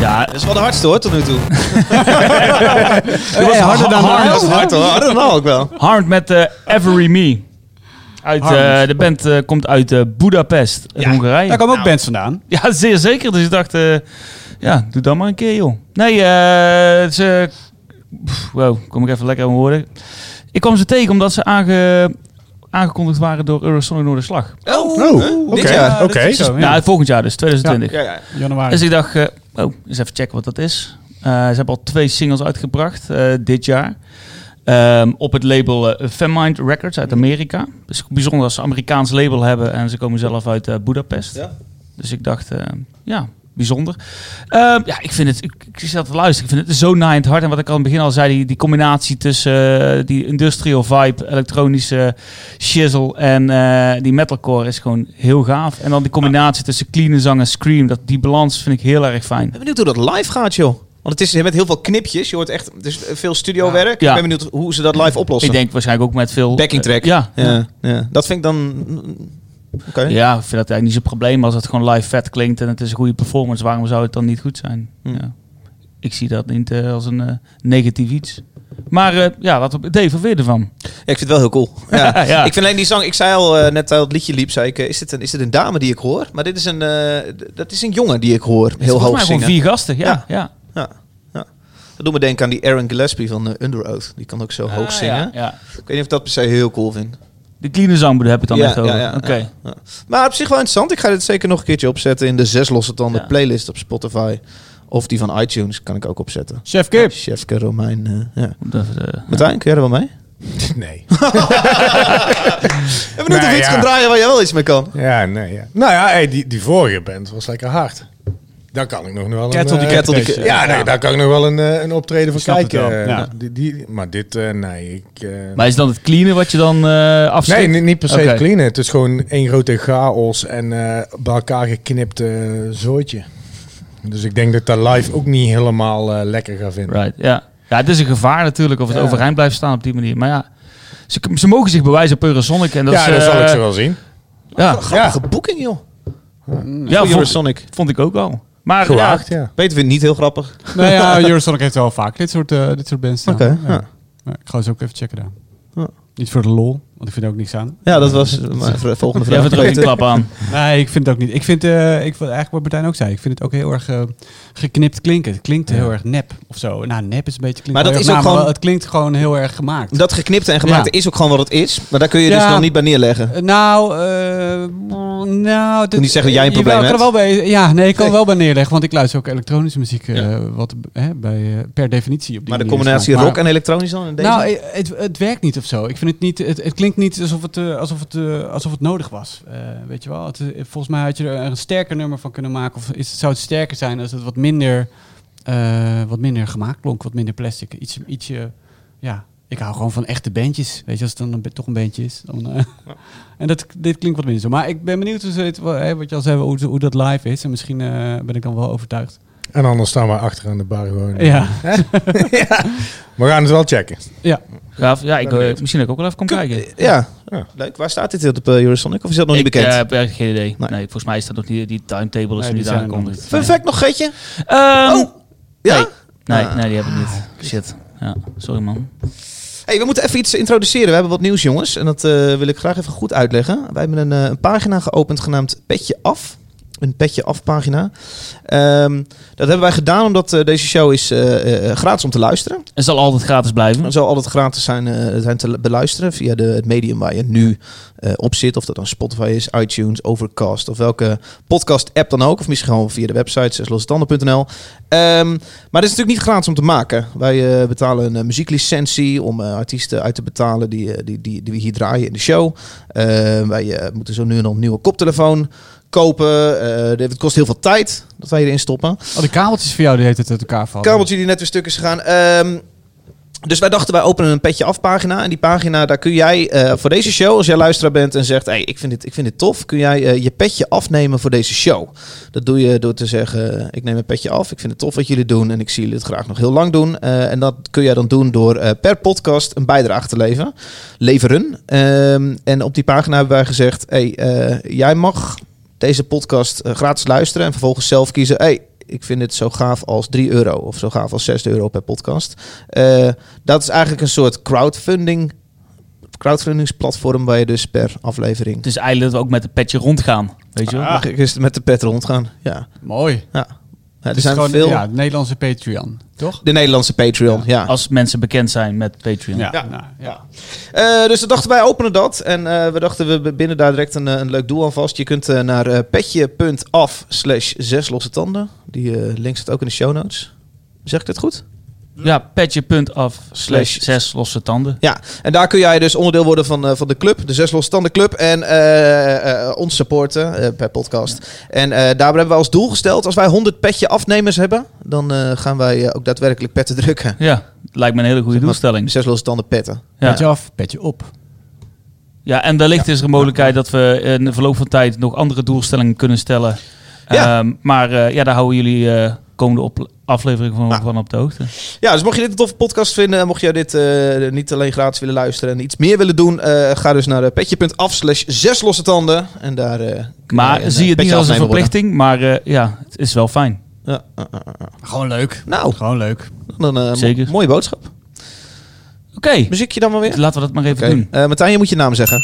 Ja, Dat is wel de hardste hoor, tot nu toe. Dat was harder dan hard. Dat is hard hoor. Harder dan al ook wel. Harmed met eh, Every Me. Uit, eh, Harmed. de band eh, komt uit eh Budapest, Hongarije. Daar komen ook bands vandaan. Ja, zeer zeker. Dus ik dacht, eh, ja, doe dat maar een keer, joh. Nee, eh, ze... Pff, Wow, kom ik even lekker aan mijn woorden. Ik kwam ze tegen omdat ze aange, aangekondigd waren door Eurosonic Noorderslag. Oh, Oh, dit oké. jaar. Oké. Zo, ja. Nou, volgend jaar dus, 2020. Ja, ja. Januari. Dus ik dacht, eh, oh, eens even checken wat dat is. Eh, ze hebben al twee singles uitgebracht eh, dit jaar. Ehm, op het label eh, Femind Records uit Amerika. Dus bijzonder als ze een Amerikaans label hebben en ze komen zelf uit eh Budapest. Ja. Dus ik dacht, eh, ja, bijzonder. Eh, ja, ik vind het, ik, ik zat te luisteren, ik vind het zo na in het hart. En wat ik al in het begin al zei, die, die combinatie tussen eh, die industrial vibe, elektronische shizzle en eh, die metalcore is gewoon heel gaaf. En dan die combinatie tussen clean zang en scream, dat, die balans vind ik heel erg fijn. Ik ben benieuwd hoe dat live gaat, joh. Want het is met heel veel knipjes. Je hoort echt dus veel studiowerk. Ja. Ik ben benieuwd hoe ze dat live oplossen. Ik denk waarschijnlijk ook met veel... Backing track. Eh, ja, ja, ja. Dat vind ik dan... Oké. Ja, ik vind dat eigenlijk niet zo'n probleem als het gewoon live vet klinkt en het is een goede performance. Waarom zou het dan niet goed zijn? Hm. Hmm. Ja. Ik zie dat niet eh, als een eh, negatief iets. Maar eh, ja, laten we Dave, wat weer ervan? Ja, ik vind het wel heel cool. Ja. Ja. Ik vind alleen die zang... Ik zei al eh, net terwijl het liedje liep, zei ik... eh, is, dit een, is dit een dame die ik hoor? Maar dit is een... eh, d- dat is een jongen die ik hoor. Het is Heel volgens hoog mij zingen. gewoon vier gasten. Ja, Ja. ja. Ja. ja. Dat doet me denken aan die Aaron Gillespie van eh, Under Oath. Die kan ook zo hoog Ah, zingen. Ja, ja. Ik weet niet of ik dat per se heel cool vind. De clean zangboer heb ik dan echt over. Oké. ja. Maar op zich wel interessant. Ik ga dit zeker nog een keertje opzetten in de Zes Losse Tanden Ja. playlist op Spotify. Of die van iTunes kan ik ook opzetten. Chef Kip. Chefke Romein. eh, ja. Dat, eh, Martijn, kun jij er wel mee? Nee. Ik ben benieuwd of je Nou, iets ja. kan draaien waar jij wel iets mee kan. Ja, nee. Ja. Nou ja, hey, die, die vorige band was lekker hard. Daar kan ik nog wel een... Kettle die eh, Kettle die- Ja, nee, daar kan ik nog wel een, eh, een optreden van Snap het kijken. wel, Eh, ja. die, die, maar dit, eh, nee. Ik, eh, Maar is dan het cleanen wat je dan eh afschiet? nee, niet, niet per se Oké. het cleanen. Het is gewoon één grote chaos en eh, bij elkaar geknipt eh, zooitje. Dus ik denk dat ik dat live ook niet helemaal eh, lekker ga vinden. Right, ja. Ja, het is een gevaar natuurlijk of het Ja. overeind blijft staan op die manier. Maar ja, ze, ze mogen zich bewijzen op Eurosonic. En dat ja, is, dat zal eh, ik zo wel zien. Ja, Grappige boeking, joh. ja Voor vond, Sonic. vond ik ook al. Maar ja, Gewaagd, ja. Peter vindt het niet heel grappig. Nou ja, Eurosonic heeft wel vaak dit soort, eh, dit soort bands staan. Oké, Ja. ja. Maar ik ga ze ook even checken daar. Ja. Niet voor de lol, want ik vind er ook niks aan. Ja, dat was mijn v- volgende Jij vraag. vindt er ook een klap aan. Nee, ik vind het ook niet. Ik vind, eh, ik, vind eigenlijk wat Martijn ook zei, ik vind het ook heel erg eh, geknipt klinken. Het klinkt heel erg nep of zo. Nou, nep is een beetje klinkt Maar dat wel heel erg is ook na, maar gewoon- Het klinkt gewoon heel erg gemaakt. Dat geknipte en gemaakte Ja. is ook gewoon wat het is. Maar daar kun je dus Ja. nog niet bij neerleggen. Eh, Nou, eh, nou... dit- niet zeggen dat jij Jawel, een probleem ik kan er hebt. Wel bij, ja, nee, ik kan er Nee. wel bij neerleggen, want ik luister ook elektronische muziek eh, Ja. wat, eh, bij, eh, per definitie op die Maar de manier is combinatie gemaakt. rock en elektronisch dan? In deze? Nou, eh, het, het werkt niet of zo. Ik vind het niet. Het, het klinkt niet alsof het, eh, alsof het, eh, alsof het nodig was. Eh, weet je wel? Het, eh, volgens mij had je er een sterker nummer van kunnen maken. Of is, zou het sterker zijn als het wat minder, eh, wat minder gemaakt klonk, wat minder plastic. Iets, ietsje. Ja, ik hou gewoon van echte bandjes. Weet je, als het dan een, be- toch een bandje is. Dan, eh, En dat, dit klinkt wat minder zo. Maar ik ben benieuwd hoe ze dit, wa- hè, wat je al zei, hoe, ze- hoe dat live is. En misschien eh, ben ik dan wel overtuigd. En anders staan we achter aan de bar gewoon. Ja. We gaan het wel checken. ja. Gaaf. Ja, ik, Ben eh, benieuwd. misschien dat ik ook wel even kom kijken. Eh, ja. Ja. leuk. Waar staat dit op eh, Eurosonic? Of is dat nog niet Ik bekend? eh, heb echt geen idee. Nee. Nee. volgens mij is dat nog niet... Die timetable is Nee, er die niet zijn er nog aangekondigd. Fun fact nog, Geetje? Ehm, Oh, Ja? Nee. Nee, Ah. nee, die heb ik niet. Shit. Ja, sorry man. Hey, we moeten even iets introduceren. We hebben wat nieuws, jongens. En dat eh, wil ik graag even goed uitleggen. Wij hebben een, eh, een pagina geopend genaamd Petje Af. Een Petje Af pagina. Ehm, dat hebben wij gedaan omdat eh, deze show is eh, eh, gratis om te luisteren. Het zal altijd gratis blijven. Het zal altijd gratis zijn, eh, zijn te beluisteren via de, het medium waar je nu eh, op zit. Of dat dan Spotify is, iTunes, Overcast of welke podcast-app dan ook. Of misschien gewoon via de website zeslosstanden.nl. Ehm, maar het is natuurlijk niet gratis om te maken. Wij eh, betalen een eh, muzieklicentie om eh, artiesten uit te betalen die, eh, die, die, die we hier draaien in de show. Eh, wij eh, moeten zo nu en dan een nieuwe koptelefoon kopen. Eh, dit- het kost heel veel tijd dat wij hierin stoppen. Oh, de kabeltjes voor jou die heet het uit elkaar vallen. Kabeltje die net weer stuk is gegaan. Ehm, dus wij dachten, wij openen een petje af pagina. En die pagina, daar kun jij eh, voor deze show, als jij luisteraar bent en zegt... Hey, ik, vind dit, ik vind dit tof, kun jij eh, je petje afnemen voor deze show. Dat doe je door te zeggen, eh, ik neem een petje af. Ik vind het tof wat jullie doen en ik zie jullie het graag nog heel lang doen. Eh, en dat kun jij dan doen door eh, per podcast een bijdrage te leveren. leveren. Ehm, en op die pagina hebben wij gezegd, hey, eh, jij mag deze podcast eh, gratis luisteren en vervolgens zelf kiezen... Hey, ik vind het zo gaaf als 3 euro of zo gaaf als 6 euro per podcast. Eh, dat is eigenlijk een soort crowdfunding, crowdfundingsplatform waar je dus per aflevering... Het is eigenlijk dat we ook met een petje rondgaan. Weet je wel? Mag ik eens met de pet rondgaan? Ja. Mooi. ja. ja er Het is zijn gewoon veel... ja, het Nederlandse Patreon, toch? De Nederlandse Patreon, ja. Als mensen bekend zijn met Patreon. Ja. nou, ja. Eh, dus we dachten wij openen dat. En eh, we dachten we binden daar direct een, eh, een leuk doel aan vast. Je kunt eh, naar eh, petje.af slash zes losse tanden. Die eh, link staat ook in de show notes. Zeg ik dat goed? Ja, petje.af slash zes losse tanden. Ja, en daar kun jij dus onderdeel worden van, eh, van de club, de Zes Losse Tanden Club. En eh, eh, ons supporten eh, per podcast. En eh, daarbij hebben we als doel gesteld, als wij 100 petje afnemers hebben, dan eh, gaan wij eh, ook daadwerkelijk petten drukken. Ja, lijkt me een hele goede doelstelling. Zes Losse Tanden petten. Petje Ja. af, petje op. ja, en wellicht is er een mogelijkheid dat we in de verloop van tijd nog andere doelstellingen kunnen stellen. Ja. Ehm, maar eh, ja, daar houden jullie eh, komende op aflevering van, Nou. van op de hoogte. Ja, dus mocht je dit een toffe podcast vinden, en mocht je dit eh, niet alleen gratis willen luisteren en iets meer willen doen, eh, ga dus naar eh, petje.af slash zes losse tanden. En daar eh, kun Maar je een, zie het eh, niet petje als een afnemer worden. verplichting, maar eh, ja, het is wel fijn. Ja, ja, ja, ja. Gewoon leuk. Nou, Gewoon leuk. dan een Zeker. mooie boodschap. Oké, Muziekje dan maar weer. laten we dat maar even Oké. doen. Eh, Martijn, je moet je naam zeggen.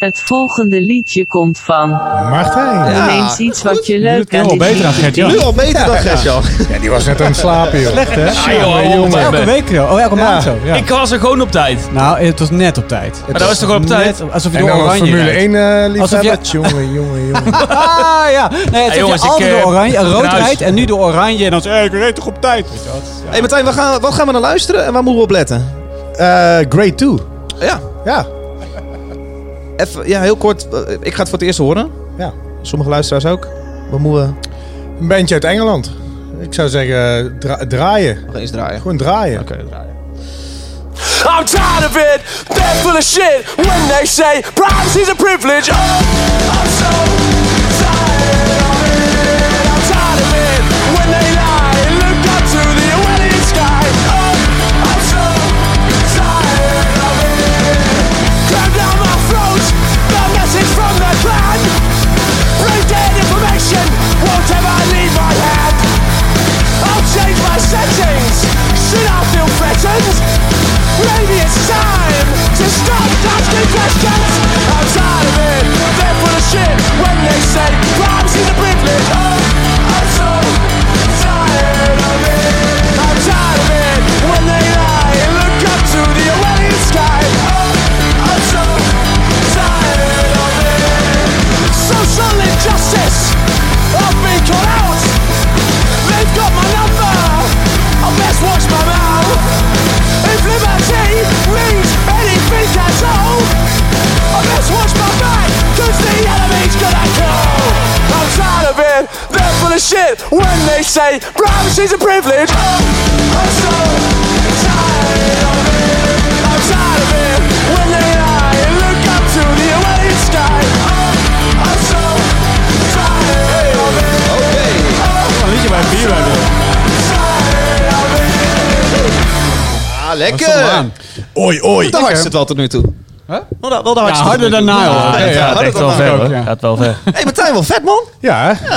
Het volgende liedje komt van. Martijn. Ja, Ineens iets wat je Nu leuk doet het wel aan dit beter aan liedje Gert-Jan. Nu vindt. al beter dan Gertjan. Ja, die was net aan het slapen, joh. Slecht, hè? Elke week zo. Oh, elke maand zo. Ja. Ik was er gewoon op tijd. Nou, het was net op tijd. Maar dat was toch wel op tijd? Net, alsof je En door dan als oranje Formule rijdt. 1 eh Alsof liefhebber. Jongen, jongen, jongen. Ah ja, nee, het Hey, jongens, je altijd ik, eh, door oranje, rood naar huis. rijdt en nu door oranje en dan zeg ik reed toch op tijd. Weet je wel, het is- ja. Hey Martijn, wat gaan, wat gaan we naar luisteren en waar moeten we op letten? Eh grade 2. Ja, Ja, even, ja heel kort. eh, Ik ga het voor het eerst horen. ja. Sommige luisteraars ook. We moeten Een bandje uit Engeland. Ik zou zeggen, dra- draaien. nog eens draaien. Gewoon draaien. Oké, draaien. I'm tired of it. They're full of shit when they say privacy's a privilege. Oh, I'm so tired of it. I'm tired of it when they lie and look up to the wedding sky. Oh, I'm so tired of it. Cram down my throat the message from the clan. Printed information won't ever leave my hand. I'll change my settings. Should I feel threatened? Maybe it's time to stop asking questions. I'm tired of it. They're full of shit when they say crimes is a privilege. Oh, I'm so tired of it. I'm tired of it when they lie and look up to the awaiting sky. Oh, I'm so tired of it. Social injustice. I've been caught out. They've got my number. I best watch my mouth. If liberty means anything at all, I best watch my back, cause the enemy's gonna call. I'm tired of it. They're full of shit when they say privacy's a privilege. Oh, I'm so tired of it. I'm tired of it when they lie and look up to the awaiting sky. Oh, I'm so tired of it. Een liedje bij Bier Ah, Kom aan. lekker! Oi, oi. De hardste het wel tot nu toe. Huh? Wel de, wel de Ja, hardste. harder dan Nile. Ah, Ja, dat ja, gaat dat echt dat wel mag ver ook, hoor. ja. Gaat wel ver. hey Martijn, wel vet man. Ja, hè?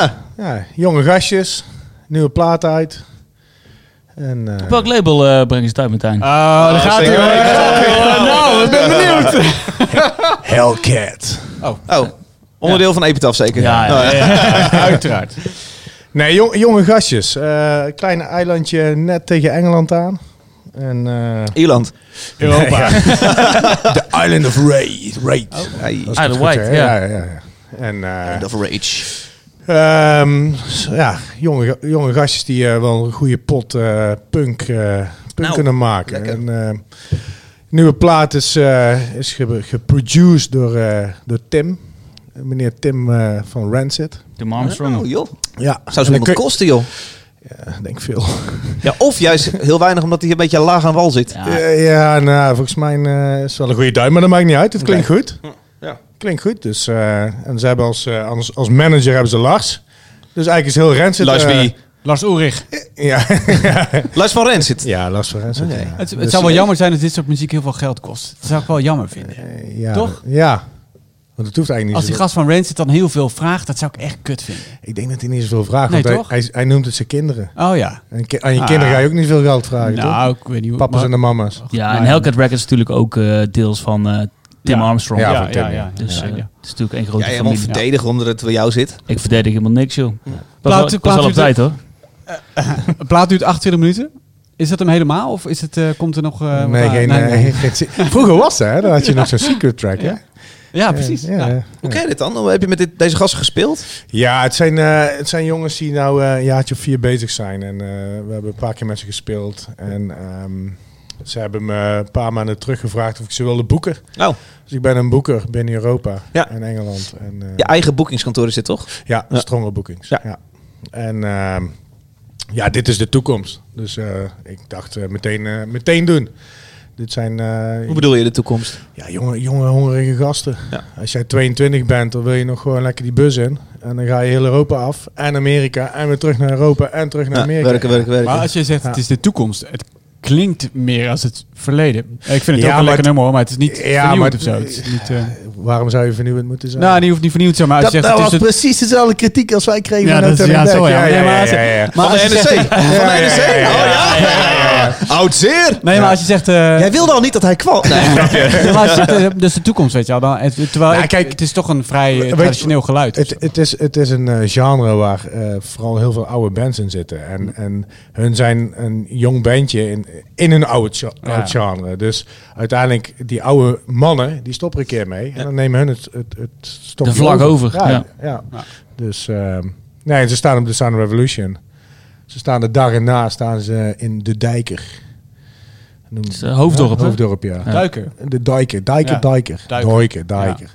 ja. jonge gastjes. Nieuwe plaat uit. En, eh, Op welk label eh, brengen ze het uit, Martijn? Oh, daar gaat hij. zeker. Nou, ik ben benieuwd. Hellcat. Oh, onderdeel van Epitaph zeker. Ja, ja, Oh, Uiteraard. Nee, jong- jonge gastjes. Eh klein eilandje net tegen Engeland aan. En, eh, Ierland. Europa. The Island of Raid. Oh. Raid. Ah, Hey, Als ik het Isle of goed Wight, zeg, ja. ja, ja, ja. En, eh, Island of Rage. Ehm, s- ja, jonge, jonge gastjes die eh, wel een goede pot eh, punk, eh, punk Nou, kunnen maken. lekker. En, eh, nieuwe plaat is, eh, is ge- geproduced door, eh, door Tim. Meneer Tim eh, van Rancid. Tim Armstrong. Oh joh. Ja, Zou En ze dan moeten kun- kosten joh. Ja, denk veel. Ja, of juist heel weinig omdat hij een beetje laag aan wal zit. Ja. Ja, ja nou, volgens mij eh, is het wel een goede duim, maar dat maakt niet uit. Het klinkt goed. Ja. Klinkt goed. Dus, eh, en ze hebben als, eh, als, als manager hebben ze Lars. Dus eigenlijk is heel Rancid... Lars eh, wie? Lars Ulrich. ja, Lars van Rens zit. ja, Lars van Rancid. Oké. ja. Het, het Dus- zou wel jammer zijn dat dit soort muziek heel veel geld kost. Dat zou ik wel jammer vinden. Ja, Toch? Ja. Want het hoeft eigenlijk niet Als die zoveel- gast van Rancid dan heel veel vraagt, dat zou ik echt kut vinden. Ik denk dat hij niet zoveel vraagt. Nee, want toch? hij, hij, hij noemt het zijn kinderen. Oh ja. En ki- aan je Ah. kinderen ga je ook niet veel geld vragen, toch? Nou, ik weet niet hoe... Papa's maar- en de mama's. Ja, Nou, en ja. Hellcat Records natuurlijk ook eh, deels van eh, Tim Ja. Armstrong. Ja, Ja, van ja, Tim, ja. Dus eh, ja, ja. het is natuurlijk één Ja, grote helemaal familie. verdedigen omdat het bij jou zit. Ik verdedig helemaal niks, joh. Ja. Nou, Was, Plaat- wel, was plaat- wel op tijd, hoor. Een plaat duurt 28 minuten. Is dat hem helemaal? Of is het, eh, komt er nog... eh, wat nee, aan? geen, eh, geen- Vroeger was het, hè? Dan had je nog zo'n secret track, hè? Ja, precies. Ja, Ja. ja. Hoe ken je dit dan? Hoe heb je met dit, deze gasten gespeeld? Ja, het zijn, eh, het zijn jongens die nou eh, een jaartje of vier bezig zijn. En eh, we hebben een paar keer met ze gespeeld. En ehm, ze hebben me een paar maanden terug gevraagd of ik ze wilde boeken. Oh. Nou, Dus ik ben een boeker binnen Europa Ja. en Engeland. En, eh, je eigen boekingskantoor is dit toch? ja, Ja. stronger boekings. Ja. Ja. En ehm, ja, dit is de toekomst. Dus eh, ik dacht eh, meteen, eh, meteen doen. Dit zijn eh, Hoe bedoel je de toekomst? ja, jonge, jonge, hongerige gasten. Ja. Als jij 22 bent, dan wil je nog gewoon lekker die bus in. En dan ga je heel Europa af. En Amerika. En weer terug naar Europa. En terug naar Ja, Amerika. werken, werken, werken. Maar als je zegt het is de toekomst, het klinkt meer als het verleden. Eh, Ik vind Ja, het maar ook een lekker het- nummer hoor, maar het is niet Ja, maar vernieuwd het- of zo. Het is niet, eh, Waarom zou je vernieuwend moeten zijn? nou, die hoeft niet vernieuwd te zijn, maar als je zegt het is het... precies dezelfde kritiek als wij kregen. Ja, van dat is- Hotel ja, en Dek. zo, ja. Nee, maar als- Van de als je NEC. zegt- Van de ja, ja, NEC. ja, Oh, ja. Oud zeer. Nee, maar als je zegt... eh, Jij wilde al niet dat hij kwam. Nee. ja, maar als je zegt, eh, dus de toekomst, weet je wel. Dan, het- terwijl Nou, ik- kijk, het is toch een vrij eh, weet je- traditioneel geluid. Het, het, is, het is een eh, genre waar eh, vooral heel veel oude bands in zitten. Mm. En, en hun zijn een jong bandje in, in een oud, ge- Ja. oud genre. Dus uiteindelijk, die oude mannen, die stoppen er een keer mee. En dan nemen hun het, het, het stokje De vlag over, Ja, ja. ja. Ja. Dus ehm, nee, ze staan op de Sound of Revolution. Ze staan de dag erna staan ze in De Dijker. Noem, is, eh, Hoofddorp, hè? Hoofddorp, ja. Duiker. De Dijker, Dijker, Ja. Dijker. Duiker. Dijker, Dijker.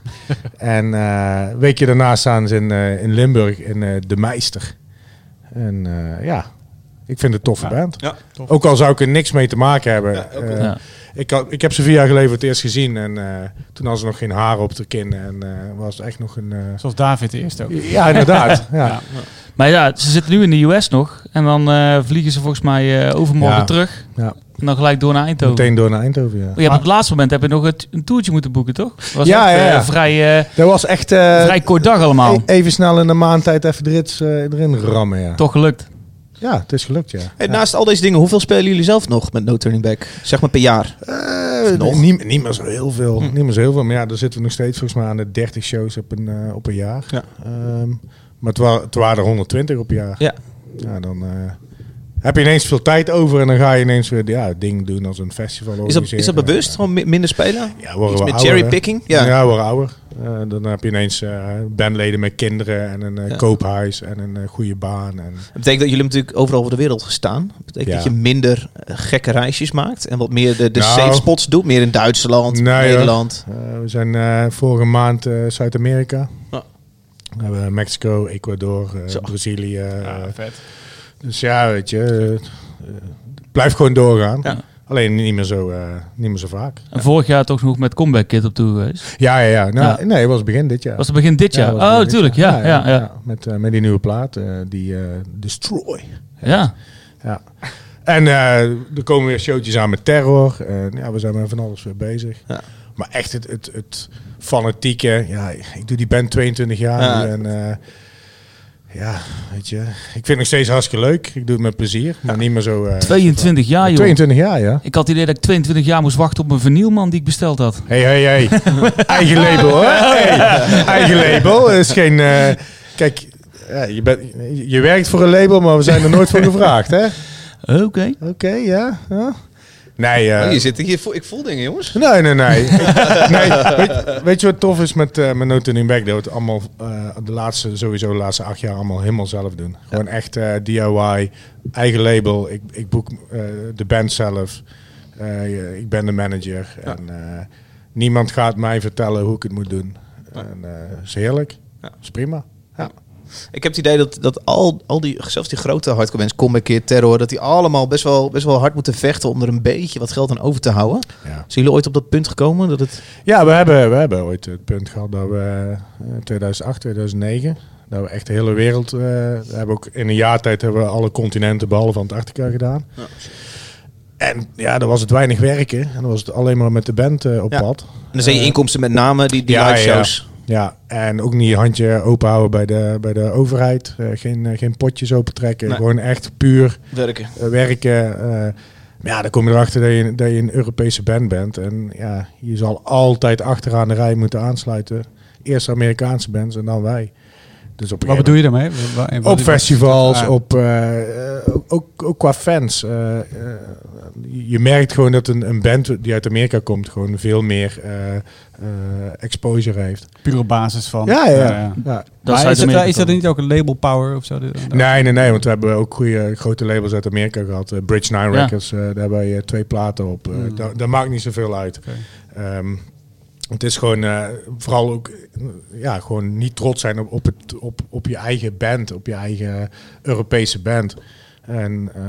En eh, een weekje daarna staan ze in, eh, in Limburg in eh, De Meister. En eh, ja, ik vind het een toffe Ja. band. Ja. Tof. Ook al zou ik er niks mee te maken hebben. Ja, ook Eh, wel. Ja. ik, had- ik heb ze vier jaar geleden voor het eerst gezien. En eh, toen had ze nog geen haar op de kin. En eh, was het echt nog een... eh, Zoals David eerst ook. Ja, inderdaad. ja. Ja. Maar ja, ze zitten nu in de US nog. En dan eh, vliegen ze volgens mij eh, overmorgen Ja. terug. Ja. En dan gelijk door naar Eindhoven. Meteen door naar Eindhoven, ja. Oh, Je hebt op het laatste moment heb je nog een, een toertje moeten boeken, toch? Was Ja, ook, ja, eh, ja. vrij, eh, Dat was echt... eh, vrij kort dag allemaal. e- even snel in een maand tijd even de rits eh, erin rammen, ja. Toch gelukt. Ja, het is gelukt, ja. Hey, naast al deze dingen, hoeveel spelen jullie zelf nog met No Turning Back? Zeg maar per jaar. Eh, Nog? Niet, niet meer zo heel veel. Hm. Niet meer zo heel veel. Maar ja, daar zitten we nog steeds volgens mij aan de 30 shows op een, eh, op een jaar. Ja. Ehm, maar het, wa- het waren er 120 op een jaar. Ja. Ja, dan eh, heb je ineens veel tijd over en dan ga je ineens weer ja, dingen doen als een festival Is dat, organiseren. is dat bewust? Gewoon mi- minder spelen? Ja, worden Iets we ouder, met hè? cherrypicking? Ja, Ja. ja we worden ouder. Eh, dan heb je ineens eh, bandleden met kinderen en een eh, Ja. koophuis en een eh, goede baan. En, Dat betekent dat jullie natuurlijk overal over de wereld gestaan. Dat betekent Ja. dat je minder eh, gekke reisjes maakt en wat meer de, de Nou. safe spots doet. Meer in Duitsland, Nee, hoor. Nederland. Eh, we zijn eh, vorige maand eh, Zuid-Amerika. Ja. We hebben Mexico, Ecuador, eh, Zo. Brazilië. eh, Ja, vet. dus ja, weet je, eh, eh, blijf gewoon doorgaan. Ja. Alleen niet meer, zo, eh, niet meer zo vaak. En vorig jaar toch nog met Comeback Kid op toe geweest. Ja, ja, ja. Nou, Ja. Nee, het was begin dit jaar. Was het begin dit Ja, jaar? was begin oh, dit natuurlijk. Ja, ja, ja. ja. Met, eh, met die nieuwe plaat, eh, die eh, Destroy. Ja. En eh, er komen weer showtjes aan met terror. En ja, we zijn met van alles weer bezig. Ja. Maar echt het, het, het fanatieke. Ja, ik doe die band 22 jaar Ja. nu. En eh, ja, weet je. Ik vind het nog steeds hartstikke leuk. Ik doe het met plezier. Maar niet meer zo... eh, 22 jaar, joh. 22 jaar, ja. Ik had het idee dat ik 22 jaar moest wachten op een vinylman die ik besteld had. Hey, hey, hey. Eigen label, hoor. Hey. Eigen label. is geen... eh, kijk, ja, je, bent, je werkt voor een label, maar we zijn er nooit voor gevraagd, hè? Oké, Oké. ja. ja. Nee, eh, Oh, je zit hier, vo- ik voel dingen, jongens. Nee, nee, nee. Ik- nee weet, weet je wat tof is met, eh met No Turning Back? Dat we het allemaal eh, de laatste, sowieso de laatste acht jaar allemaal helemaal zelf doen. Gewoon echt eh, DIY, eigen label. Ik, ik boek eh, de band zelf. Eh, ik ben de manager. En eh, niemand gaat mij vertellen hoe ik het moet doen. En eh, is heerlijk. Ja. Is prima. Ja. Ik heb het idee dat, dat al, al die, zelfs die grote hardcore bands, Comeback Kid, Terror, dat die allemaal best wel, best wel hard moeten vechten om er een beetje wat geld aan over te houden. Ja. Zijn jullie ooit op dat punt gekomen? Dat het, Ja, we hebben, we hebben ooit het punt gehad dat we eh, 2008, 2009, dat we echt de hele wereld, eh, we hebben ook in een jaar tijd hebben we alle continenten behalve Antarctica gedaan. En ja, dan was het weinig werken en dan was het alleen maar met de band eh, op Ja. pad. en dan zijn je Eh, inkomsten met name die, die ja, live shows. Ja, en ook niet je handje open houden bij de, bij de overheid, Eh, geen, eh, geen potjes open trekken, Nee. gewoon echt puur Werken. eh, werken. eh. maar ja, dan kom je erachter dat je, dat je een Europese band bent. En ja, je zal altijd achteraan de rij moeten aansluiten. Eerst de Amerikaanse bands en dan wij. Dus op een Wat gegeven bedoel je daarmee? Wa- wa- en wat- Op wat- festivals, Ah, op, eh, eh, ook, ook qua fans. Eh, eh, je merkt gewoon dat een, een band die uit Amerika komt gewoon veel meer eh, eh, exposure heeft. Pure basis van. Ja, ja, ja. ja. Ja. Dat maar is, het, Zuid-Amerika is dat dan. niet ook een label power of zo? Nee, nee, nee, want we hebben ook goede grote labels uit Amerika gehad. Eh, Bridge Nine Ja. Records, eh, daar hebben wij eh, twee platen op. Eh, Mm. dat, dat maakt niet zoveel uit. Oké. Ehm, het is gewoon eh, vooral ook eh, ja, gewoon niet trots zijn op, op, het, op, op je eigen band, op je eigen Europese band. En eh,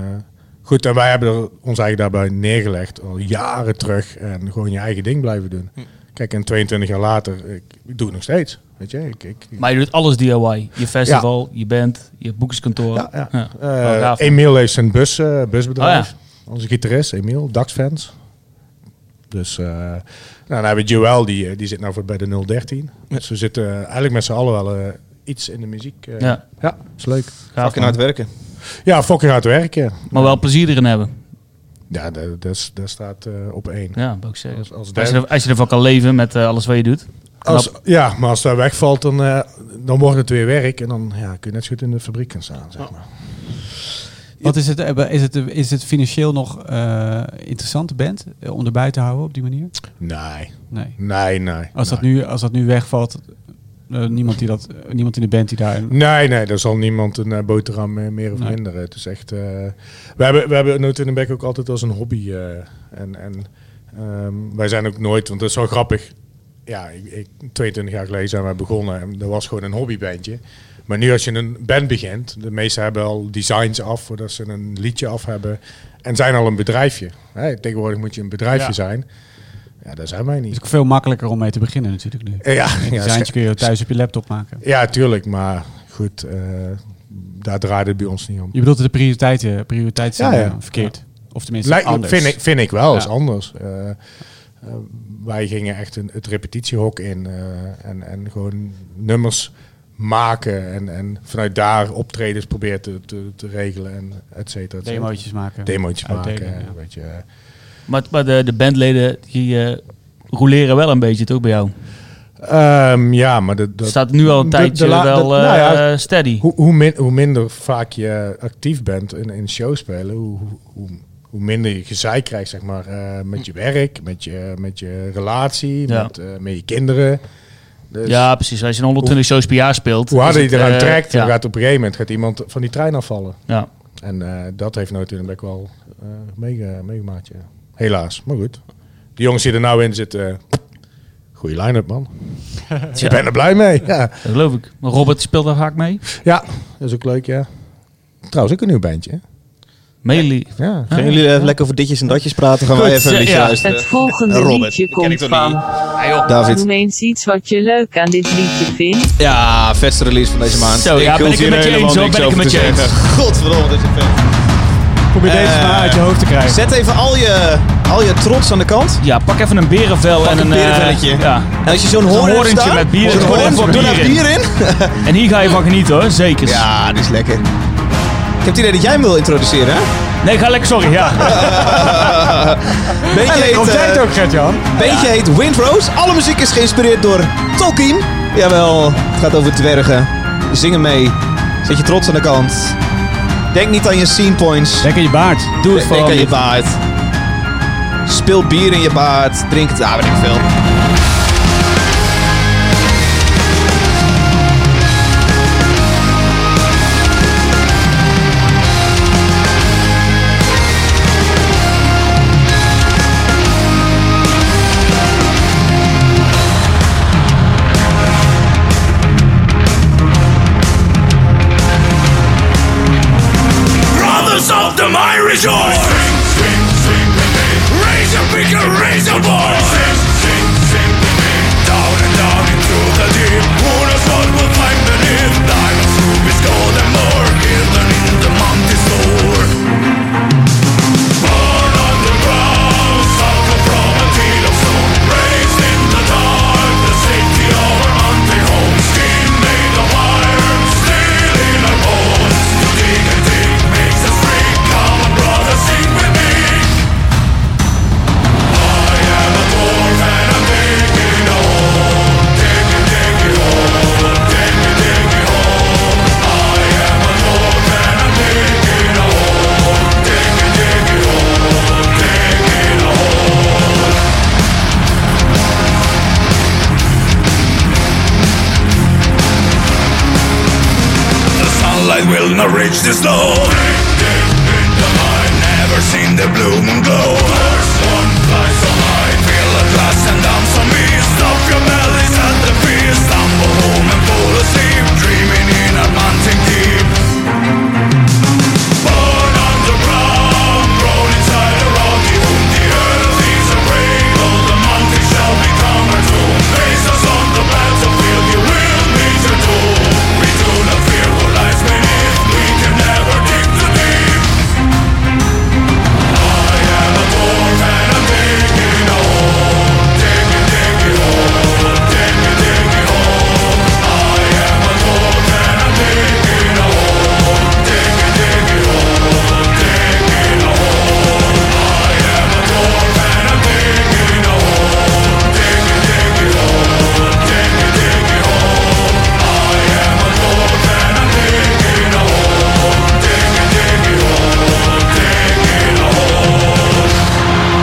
goed, en wij hebben er ons eigen daarbij neergelegd al jaren terug en gewoon je eigen ding blijven doen. Mm. Kijk, en 22 jaar later, ik, ik doe het nog steeds. Weet je, ik, ik, Maar je doet alles DIY. Je festival, je band, je boekingskantoor. Ja, ja. Ja. Eh, Wel gaaf. Emiel heeft zijn bus, eh, busbedrijf. Oh Onze gitarist, Emiel, Dax-fans. Dus eh nou, dan hebben we Joel, die, eh, die zit nou voor bij de 013. Dus we zitten eh, eigenlijk met z'n allen wel eh, iets in de muziek. eh. Ja. is leuk. Gaaf, Fucking man. hard werken. Ja, fucking hard werken. Maar wel plezier erin hebben. Ja, dat, dat, is- dat staat eh, op één. Ja, dat wou ik zeggen. Als- als Als, band. je, er- als je ervan kan leven met eh, alles wat je doet. Als, ja, maar als dat wegvalt, dan, eh, dan wordt het weer werk. En dan ja, kun je net zo goed in de fabriek gaan staan, Oh. zeg maar. Wat is het, eh, is het, is het financieel nog eh interessante band eh, om erbij te houden op die manier? Nee, Nee. nee, nee. Als, dat, nee. nu, als dat nu wegvalt, eh, niemand, die dat, eh, niemand in de band die daar... Nee, nee, daar zal niemand een eh, boterham eh, meer of Nee. minder. Het is echt. eh, we hebben, we hebben Noot in de Bek ook altijd als een hobby. eh, en en ehm, wij zijn ook nooit, want dat is wel grappig. Ja, ik, ik, 22 jaar geleden zijn wij begonnen en dat was gewoon een hobbybandje. Maar nu als je een band begint, de meesten hebben al designs af voordat ze een liedje af hebben. En zijn al een bedrijfje. Hè, tegenwoordig moet je een bedrijfje Ja. zijn. Ja, daar zijn wij Het niet. is ook veel makkelijker om mee te beginnen natuurlijk nu. Eh, Ja, Ja, ja, kun je thuis op je laptop maken. ja, tuurlijk, maar goed, eh, daar draait het bij ons niet om. Je bedoelt de prioriteiten, prioriteiten zijn Ja, ja. eh, verkeerd. Of tenminste Lijkt- anders. Vind, ik, vind ik wel, is Ja. anders. Eh, eh, wij gingen echt een, het repetitiehok in eh, en, en gewoon nummers maken en, en vanuit daar optredens proberen te, te, te regelen en et cetera. et cetera. Demootjes maken. Demootjes maken. eh. Uitdelen, ja. Weet je. Maar, maar de, de bandleden die eh, roleren wel een beetje, toch bij jou? Ehm, ja, maar dat, dat, Staat nu al een de- de tijdje la- wel de- eh, nou ja, eh, steady. hoe, hoe, min- hoe minder vaak je actief bent in, in shows spelen, hoe, hoe- hoe, hoe minder je gezeik krijgt, zeg maar, eh, Hm. met je werk, met je, met je relatie, Ja. met, eh, met je kinderen. Dus- ja, precies. Als je 120 shows per jaar speelt. Hoe harder is je het, eraan eh, trekt, dan Ja, gaat op een gegeven moment gaat iemand van die trein afvallen. ja. En eh, dat heeft nooit in de wel eh, meege- meegemaakt. ja. Helaas, maar goed. De jongens die er nou in zitten, goede line-up man. Ik ben er blij mee. Ja. dat geloof ik. Maar Robert speelt daar vaak mee. ja, dat is ook leuk, ja. Trouwens, ook een nieuw bandje. hè? Meli. Ja. Ja. Gaan jullie even lekker over ditjes en datjes praten? Gaan wij Goed, even een eh, liedje ja. luisteren? Het volgende Robert, liedje dat ken ik komt toch van. David. Noem eens iets wat je leuk aan dit liedje vindt. Ja, vetste release van deze maand. Zo, ja, ben hoef ik het hier met je helemaal eens, hoor. niks Ben ik het over met te je zeggen. Godverdomme, dit is vet. Probeer deze Eh, maar uit je hoofd te krijgen. Zet even al je, al je trots aan de kant. Ja, pak even een berenvel en een eh, berenvelletje. ja. En als je zo'n Zo'n hoorn hebt hoorntje staan, met bier. zo'n Doe er hoorn, even bier doe daar in. bier in. En hier ga je van genieten hoor, zeker. Ja, dit is lekker. Ik heb het idee dat jij hem wil introduceren, hè? Nee, ga lekker, sorry. Ja. Beetje heet, Of jij eh, het ook, Gert-Jan? beetje heet Windrose. Alle muziek is geïnspireerd door Tolkien. Jawel, het gaat over dwergen. Zingen mee. Zet je trots aan de kant. Denk niet aan je scene points. Lekker je baard. Doe het Denk vooral. aan je niet. baard. Speel bier in je baard. Drink het. Ah, weet ik veel. Brothers of the Mighty Joy! Raise your big and raise your voice! Down and down into the deep, who knows what will find beneath? Diamonds, rubies, gold and more, hidden in the mountain's floor. Born on the ground, suffer from a deal of stone. Raised in the dark, the safety of our haunted home. Skin made of iron, steel in our bones. To dig and dig makes us free. Come on, brother, sing with me. I am a dwarf and I'm digging a hole. Digging, digging hole. Digging, digging hole. reach this low. I've never seen the blue moon glow. One flies so high, feel the glass and I'm so me. Stop your bellies at the fear. Stumble home and fall asleep, dreaming in a mountain deep. Born underground, grown inside a rocky womb. The earth is a grave, all the mountains shall become our tomb. Face us on the battlefield, you will meet your doom. We do not fear what lies beneath, we can never dig too deep. I am a dwarf and I'm digging a hole. Digging, digging hole. Digging, digging hole. I am a dwarf and I'm digging a hole. Digging, digging hole. Digging a hole. I am a dwarf and I'm digging a hole. Digging, digging hole. Digging, digging hole. I am a dwarf and I'm digging a hole. Digging, digging hole. Digging a hole.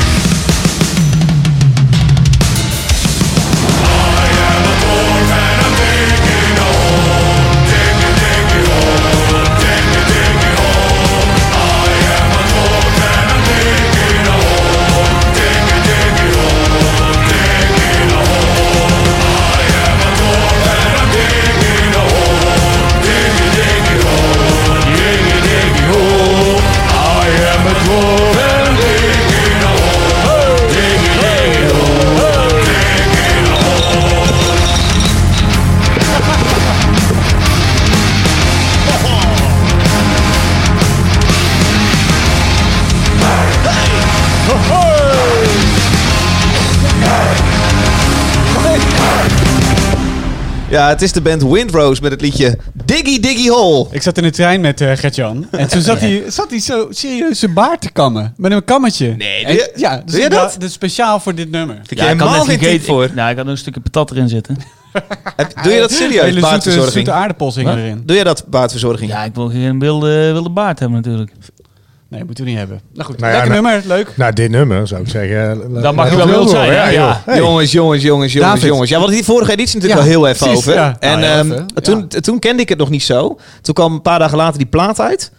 I am a dwarf and I'm digging a hole, digging, digging hole, digging, digging hole. I am a dwarf and I'm digging a hole, digging, digging hole, digging a hole. I am a dwarf and I'm digging a hole, digging, digging hole, digging, digging hole. I am a dwarf and I'm digging a hole, digging, digging hole, digging a hole. Ja, het is de band Windrose met het liedje Diggy Diggy Hole. Ik zat in de trein met eh Gert-Jan. En toen zat hij, zat hij zo serieus zijn baard te kammen. Met een kammetje. Nee, En- doe je- ja, doe je dat? is speciaal voor dit nummer. Ik Ja, heb ik had helemaal net geen gegeten. tijd voor. Ik- nou, ik had nog een stukje patat erin zitten. Heb- Doe je dat serieus, Hele zoete, baardverzorging? zoete aardappels hingen Wat? erin. Doe jij dat, baardverzorging? Ja, ik wil geen wilde, wilde baard hebben natuurlijk. Nee, moeten we niet hebben. Nou goed, Nou ja, lekker nou- nummer. Leuk. Nou, dit nummer zou ik zeggen... eh, Dan mag je wel heel wild zijn, hè? joh. Ja. Hey. Jongens, jongens, jongens, jongens, David. jongens. Ja, we hadden het hier vorige editie natuurlijk Ja, wel heel even precies, over. ja. En Nou ja, ehm, even, ja. toen, toen kende ik het nog niet zo. Toen kwam een paar dagen later die plaat uit.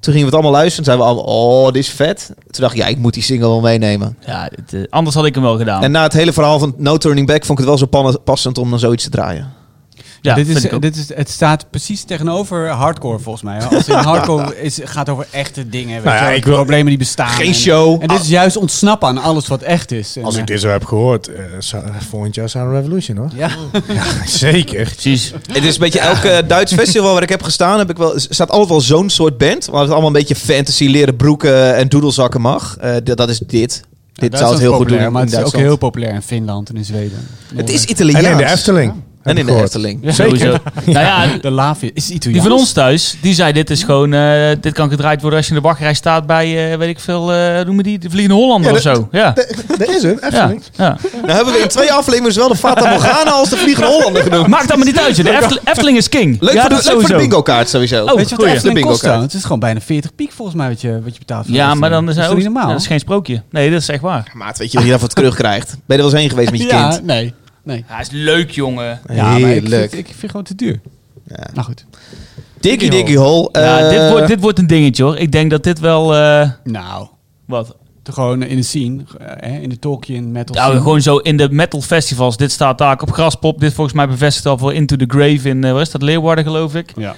Toen gingen we het allemaal luisteren. Toen zeiden we allemaal, oh, dit is vet. Toen dacht ik, ja, ik moet die single wel meenemen. Ja, dit, eh, anders had ik hem wel gedaan. En na het hele verhaal van No Turning Back vond ik het wel zo pannen- passend om dan zoiets te draaien. ja, dit is, vind ik ook. dit is, het staat precies tegenover hardcore volgens mij. hè. Als in hardcore is, gaat over echte dingen. Weet Nou ja, je wel, ik wil- problemen die bestaan. Geen en- show. En dit is juist ontsnappen aan alles wat echt is. En, Als ik eh, dit zo heb gehoord, eh, zou- volgend jaar Sound Revolution, hoor. Ja. Zeker. Precies. Het is een beetje elke Duits festival waar ik heb gestaan, heb ik wel, staat altijd wel zo'n soort band. Waar het allemaal een beetje fantasy, leren broeken en doedelzakken mag. Eh, d- dat is dit. Dit Duitsland zou het is heel goed populair, doen Maar in het is ook Duitsland. heel populair in Finland en in Zweden. Het is En Italiaans. in de Efteling. heb En ik in de gehoord. Efteling. Sowieso. Nou ja, De Lavi is die Italiaans. van ons thuis, die zei dit is gewoon, eh, dit kan gedraaid worden als je in de bakkerij staat bij, eh, weet ik veel, eh noem maar die, de Vliegende Hollander Ja, of zo. Ja. Dat is het, Ja, Efteling. ja. Nou hebben we in twee afleveringen zowel de Fata Morgana als de Vliegende Hollander genoemd. Maakt dat maar niet uit. joh. De Eftel- Efteling is king. Leuk, ja, voor, de, dat leuk voor de sowieso. bingo kaart sowieso. Oh. Weet je wat Goeie. de Efteling De bingo kost kaart. dan? Het is gewoon bijna 40 piek volgens mij wat je, wat je betaalt. voor de Ja, maar Efteling. dan is dat hij toch ook- niet normaal. ja, dat is geen sprookje. Nee, dat is echt waar. Maat, weet je wat je daarvoor terugkrijgt? Ben je er wel eens heen geweest met je ja, kind? nee. nee. Hij is leuk, jongen. Ja, maar ik, Heerlijk. vind, ik vind gewoon te duur. Ja. Nou goed. Dikkie Dikkie Hol. ja, eh, dit, wordt, dit wordt een dingetje hoor. Ik denk dat dit wel. eh, Nou, wat? te gewoon in de scene, eh, hè, in de Tolkien metal Nou, scene. gewoon zo in de metal festivals. Dit staat daar op Graspop. Dit volgens mij bevestigd al voor Into the Grave in, eh waar is dat, Leeuwarden geloof ik. Ja.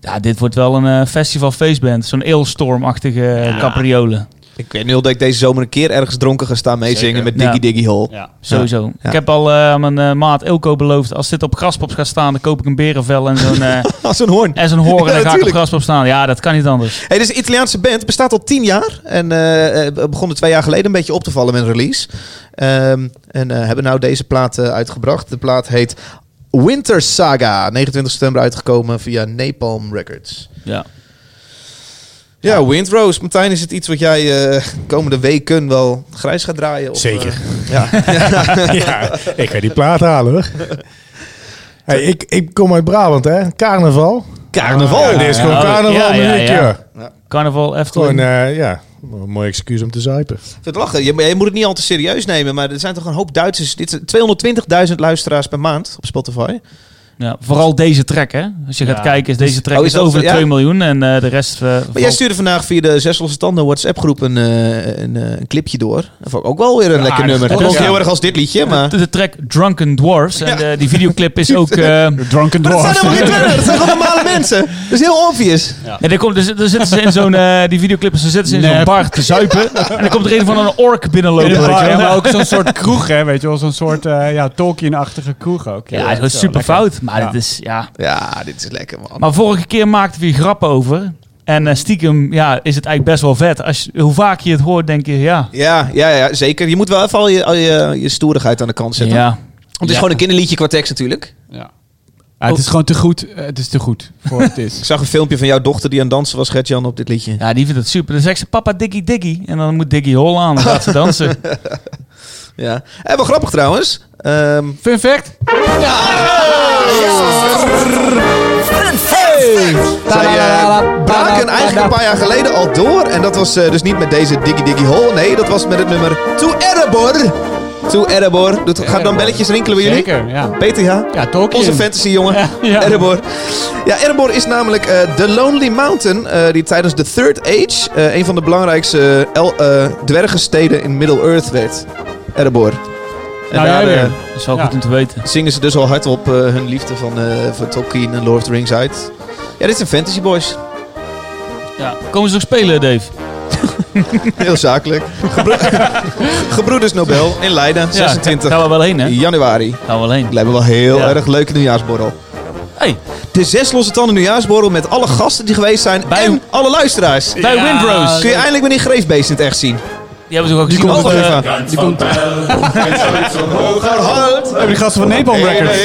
Ja, dit wordt wel een eh, festival feestband. Zo'n eelstormachtige ja. capriolen. Ik weet nu al dat ik deze zomer een keer ergens dronken ga staan meezingen met Diggy Ja. Diggy Hole. ja. Sowieso. Ja. Ik heb al eh, aan mijn eh, maat Ilko beloofd, als dit op Graspop gaat staan, dan koop ik een berenvel en zo'n, eh, Als een hoorn. en zo'n horen en Ja, dan ga ik op tuurlijk. Graspop staan. Ja, dat kan niet anders. Hey, dit is een Italiaanse band, bestaat al tien jaar en eh, eh, begonnen twee jaar geleden een beetje op te vallen met een release. Ehm, en eh, hebben nou deze plaat eh, uitgebracht. De plaat heet Winter Saga, 29 september uitgekomen via Napalm Records. Ja. Ja, Windrose. Martijn, is het iets wat jij eh, komende weken wel grijs gaat draaien? Of, Zeker. eh, ja. ja, ik ga die plaat halen hoor. Hey, ik, ik kom uit Brabant, hè? Carnaval. Oh, Carnaval. Ja, dit is gewoon Ja, carnaval, ja, ja, muziek, ja. joh. Carnaval, Efteling. Gewoon, eh, ja, een mooi excuus om te zuipen. Ik vind het lachen. Je, je moet het niet al te serieus nemen, maar er zijn toch een hoop Duitsers. Dit zijn 220.000 luisteraars per maand op Spotify. ja, vooral deze track, hè. Als je gaat Ja. kijken, is deze track Oh, is is dat over de zo? Ja. 2 miljoen en eh, de rest... eh, Maar jij valt- stuurde vandaag via de Zes Losse Tanden WhatsApp groep een, eh, een, eh, een clipje door. Dat vond ik ook wel weer een lekker toch? nummer. Dat klonk Ja. heel erg als dit liedje, maar... de, de track Drunken Dwarfs. En eh, die videoclip is ook... eh, Drunken Maar dat zijn helemaal geen Twenters, dat zijn gewoon normale mensen. Dat is heel obvious. En daar komt, dus, dan zitten ze in zo'n, eh, die videoclips, dan zitten ze in zo'n Nep. bar te zuipen. En dan komt er een van een ork binnenlopen. Ja, weet je maar- wel. maar ook zo'n soort kroeg, hè, weet je wel. Zo'n soort eh, ja, Tolkien-achtige kroeg ook. Ja, het is Zo, super lekker. fout. Maar, Ja. dit is, ja. Ja, dit is lekker, man. maar vorige keer maakten we hier grappen over. En eh, stiekem ja, is het eigenlijk best wel vet. Als, je- hoe vaak je het hoort, denk je, ja. Ja, ja, ja, zeker. Je moet wel even al je, al je, je stoerigheid aan de kant zetten. ja. Het is Ja. gewoon een kinderliedje qua tekst natuurlijk. Ja. Ja, het is gewoon te goed. eh, het is te goed voor wat het Ik is. zag een filmpje van jouw dochter die aan het dansen was, Gert-Jan, op dit liedje. ja, die vindt het super. Dan zegt ze, papa, Diggy Diggy. En dan moet Diggy Hol aan. Dan gaat ze dansen. Ja. En wel grappig trouwens. Ehm, Fun fact. Zij eh, braken eigenlijk een paar jaar geleden al door. En dat was eh, dus niet met deze Diggy Diggy Hole. Nee, dat was met het nummer To Erebor. To Erebor. Doet, gaat dan belletjes rinkelen bij jullie? Zeker, ja. PTH? Ja, Tolkien. Onze fantasy jongen, Ja, ja. Erebor. Ja, Erebor is namelijk eh The Lonely Mountain, eh, die tijdens de Third Age eh, een van de belangrijkste eh, el- eh, dwergensteden in Middle-earth werd. Erebor. En Nou, daar jij weer. eh, Dat is wel Ja. goed om te weten. zingen ze dus al hardop eh, hun liefde van, eh, voor Tolkien en Lord of the Rings uit. Ja, dit zijn Fantasy Boys. Ja. Komen ze nog spelen, Dave? Heel zakelijk. Gebro- Gebroeders Nobel in Leiden, Ja, 26 nou, gaan we wel heen, hè? januari. Gaan we wel heen. Lijkt me wel heel Ja. erg leuke nieuwjaarsborrel. Hey, De zes losse tanden nieuwjaarsborrel met alle gasten die geweest zijn Bij- en alle luisteraars. bij Windrose. Kun je eindelijk meneer Greefbeest in het echt zien? Die hebben ze ook gezien. Oh, op, wacht eh, even. Die komt Hebben die gasten van Napalm Records.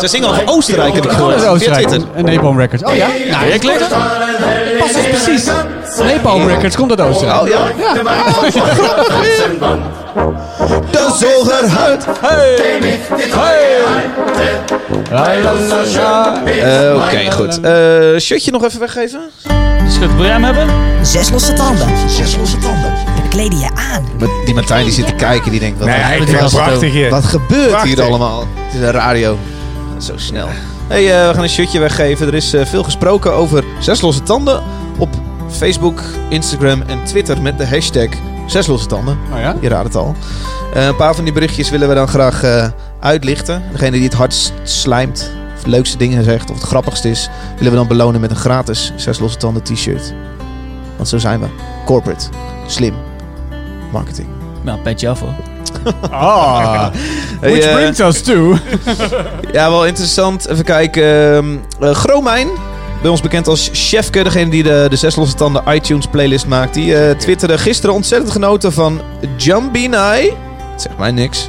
Ze zingen over Oostenrijk, heb ik Oh, dat gehoord. is Via Oostenrijk. Twitter. En Napalm Records. Oh ja? Nou, jij klikt het. Pas op, precies. Napalm Records komt uit Oostenrijk. Oh ja? Ja. De zogerhuid. Eh, Oké, goed. Eh, shirtje nog even weggeven? Dus wil jij hem hebben? Zes losse tanden. Zes losse tanden. We kleden je aan. Maar Die Martijn die zit te kijken, die denkt... Wat, Nee, ik dit vind het was het prachtig ook. hier. wat gebeurt hier Prachtig. allemaal? Het is een radio. Dat is Zo snel. hey, eh, we gaan een shirtje weggeven. Er is eh, veel gesproken over Zes Losse Tanden op Facebook, Instagram en Twitter met de hashtag Zes Losse Tanden. Oh ja? Je raadt het al. Eh, een paar van die berichtjes willen we dan graag eh, uitlichten. Degene die het hardst slijmt, of de leukste dingen zegt, of het grappigste is, willen we dan belonen met een gratis Zes Losse Tanden t-shirt. Want zo zijn we. Corporate. Slim. Marketing. Nou, petje af hoor. Ah. Which Hey, eh, brings us to... Ja, wel interessant. Even kijken. ehm, eh, Gromijn, bij ons bekend als Chefke, degene die de, de Zes Losse Tanden iTunes playlist maakt. Die eh, twitterde gisteren ontzettend genoten van Jambinai. Het zegt mij niks.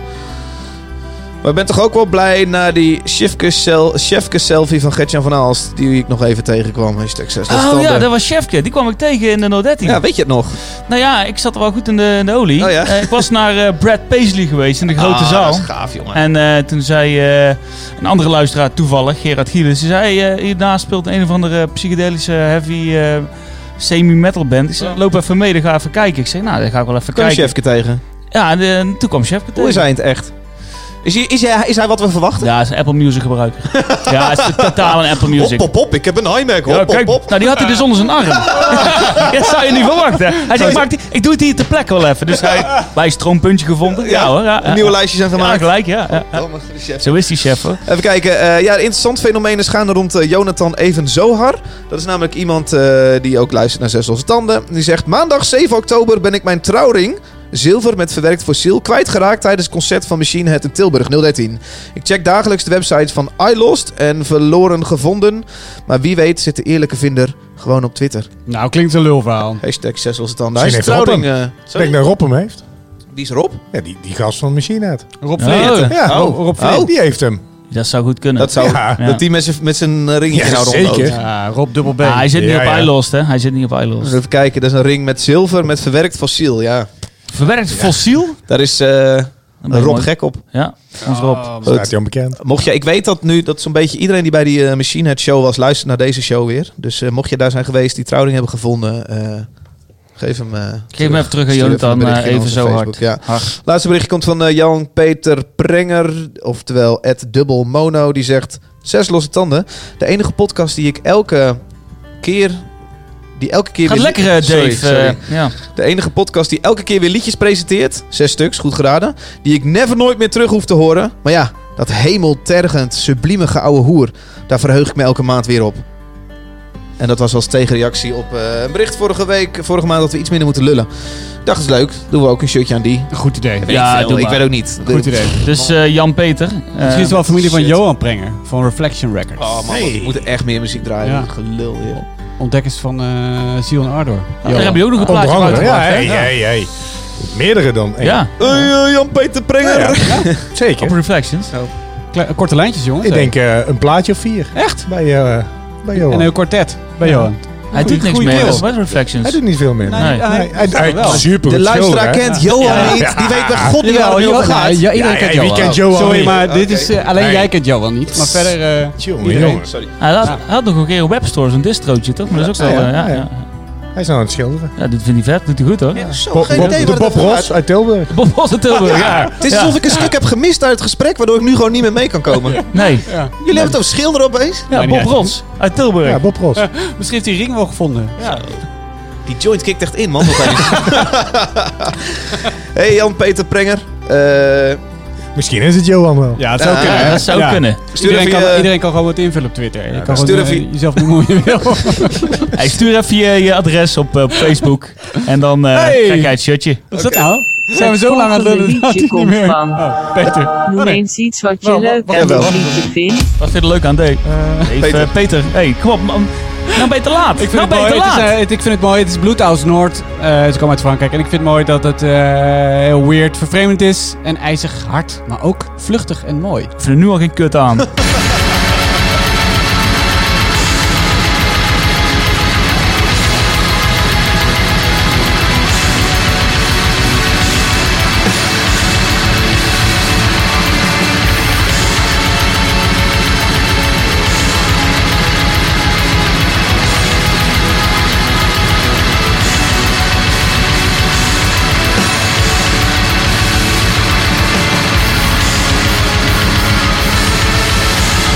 Maar ik ben toch ook wel blij na die Chefke, sel, Chefke selfie van Gertjan van Aalst, die ik nog even tegenkwam. Hashtag Zes Losse Oh Tanden. ja, dat was Chefke. Die kwam ik tegen in de 013. Ja, weet je het nog? Nou ja, ik zat er wel goed in de, in de olie. Oh ja. Eh, ik was naar eh, Brad Paisley geweest in de grote Ah, zaal. Dat is gaaf, jongen. En eh, toen zei eh, een andere luisteraar, toevallig, Gerard Gielis, die zei, eh, hiernaast speelt een of andere psychedelische heavy eh, semi-metal band. Ik zei, loop even mee, dan ga even kijken. Ik zei, nou, dan ga ik wel even Kom kijken. Chefke tegen. Ja, en, eh, toen kwam Chefke Hoe is tegen. hij in het echt? Is hij, is hij, is hij wat we verwachten? Ja, hij is een Apple Music gebruiker. ja, hij is totaal een Apple Music. Hop, hop, hop. Ik heb een iMac. Hop, Ja, hop, kijk, hop. nou die had hij dus onder zijn arm. dat zou je niet verwachten. Hij zegt, maak die, ik doe het hier ter plekke wel even. Dus hij, wij stroompuntje gevonden. Ja, hoor. Ja, Nieuwe lijstjes zijn Ja, gemaakt. gelijk, ja. ja, ja. Oh, maar de chef. Zo is die chef hoor. Even kijken. eh, ja, interessant fenomeen is gaande rond eh, Jonathan Even Zohar. Dat is namelijk iemand eh, die ook luistert naar Zes Losse Tanden. Die zegt, maandag 7 oktober ben ik mijn trouwring... Zilver met verwerkt fossiel kwijtgeraakt tijdens het concert van Machine Head in Tilburg 013. Ik check dagelijks de websites van iLost en verloren gevonden. Maar wie weet zit de eerlijke vinder gewoon op Twitter. Nou, klinkt een lulverhaal. Hashtag Zes Losse Tanden. Hij is de Misschien heeft trouwring. eh, Ik sorry? denk dat Rob hem heeft. Die is Rob. Ja, die, die gast van Machine Head. Rob Ja. Vleet. Oh. Ja, Oh. Rob Veen, Oh. die heeft hem. Dat zou goed kunnen. Dat zou Nou, Ja. dat die met zijn- met zijn ringetje Ja, nou zeker. rondloopt. Ja, eh, Rob dubbel B. Ah, hij zit niet Ja, op ja. iLost, hè? Hij zit niet op iLost. Dus even kijken, dat is een ring met zilver met verwerkt fossiel. Ja, Verwerkt fossiel? daar is eh Dat is Rob mooi. gek op. Oh, Ja, ons Rob. Staat hij onbekend. Mocht je, ik weet dat nu dat zo'n beetje iedereen die bij die eh, Machine Head Show was, luistert naar deze show weer. Dus eh, mocht je daar zijn geweest, die trouwring hebben gevonden, eh, geef hem. eh, Geef hem even terug aan Stuur even een Jonathan, berichtje eh, in even onze zo Facebook, hard. ja. Hard. Laatste berichtje komt van eh, Jan Peter Prenger, oftewel Ed Dubbel Mono. Die zegt: Zes losse tanden. De enige podcast die ik elke keer. Die elke keer Gaat weer- lekker, eh, Dave. Sorry, sorry. eh, ja. De enige podcast die elke keer weer liedjes presenteert. Zes stuks, goed geraden. Die ik never nooit meer terug hoef te horen. Maar ja, dat hemeltergend, sublieme geouwe hoer. Daar verheug ik me elke maand weer op. En dat was als tegenreactie op eh, een bericht vorige week, vorige maand, dat we iets minder moeten lullen. Ik dacht, is leuk. Doen we ook een shirtje aan die. Goed idee. Weet Ja, ik veel. doe Ik maar. weet ook niet. Goed idee. Dus eh, Jan-Peter. eh, Misschien is het wel familie van shit. Johan Prenger van Reflection Records. Oh man, we moeten echt meer muziek draaien. Ja. Gelul, joh. Ontdekkers van eh Sion Ardor. daar heb je ook nog een Onder plaatje van andere. Ja, uitgebracht, hey, hè? Ja. hey, hey. Meerdere dan één. Ja, Hey, eh, Jan-Peter Prenger. Ja, ja. Zeker. op Reflections. Kle- korte lijntjes, jongens. Ik denk eh, een plaatje of vier. Echt? Bij, eh, bij Johan. En een kwartet bij Johan. Hij doet niks goeie meer. keel. Wat is Reflections? Hij doet niet veel meer. Nee. Nee, hij, hij, hij- wel. super De luisteraar kent Johan Ja. niet. Die weet bij god niet waar Jawel, het nu over Johan- gaat. Ja, iedereen Ja, kent ja, wie Johan. kent Johan Sorry, niet? maar dit is, eh, alleen Nee. jij kent Johan niet. Maar verder... eh, Jongen, Iedereen. jongen. Hij had, hij had nog een keer een webstore, zo'n distrootje, toch? Maar dat is ook Ja, wel... ja, eh, Ja, ja, ja. ja. Hij is nou aan het schilderen. Ja, dit vindt hij vet. Doet hij goed, hoor. Zo, Bob, geen Bob- idee de waar Bob dat over Ross uit Tilburg. Bob was het Tilburg, ja. Het is alsof ik een stuk heb gemist uit het gesprek, waardoor ik nu gewoon niet meer mee kan komen. Jullie Nee. hebben het over schilderen opeens? Ja, Bob Ross uit Tilburg. Ja, Bob Ross. Misschien heeft hij ring wel gevonden. Die joint kikt echt in, man. hey Jan-Peter Prenger. Eh, Misschien is het Johan wel. Ja, dat zou Ja, kunnen. dat zou Ja. kunnen. stuur Iedereen even kan, je- iedereen kan gewoon wat invullen op Twitter. je kan stuur gewoon even eh, je- jezelf bemoeien. Hey, stuur even je, je adres op, eh, op Facebook. En dan eh Hey. krijg jij het shirtje. Wat is dat nou? Zijn we zo lang aan het volgende lullen dat liedje het niet komt meer... van- Oh, Peter. Oh, Noem nee. eens iets wat je Wel, wel, leuk wel, aan dit jawel. liedje vindt. Wat vind je er leuk aan, Dave? Eh, Even, Peter. Peter. Peter, hey, kom op, man. Nou ben je te laat. Ik vind, nou het ben je mooi, te het is, laat. eh, het- ik vind het mooi, het is Bloedhuis Noord. Eh, ze komen uit Frankrijk. En ik vind het mooi dat het eh, heel weird, vervreemd is. En ijzig hard, maar ook vluchtig en mooi. Ik vind er nu al geen kut aan. Thank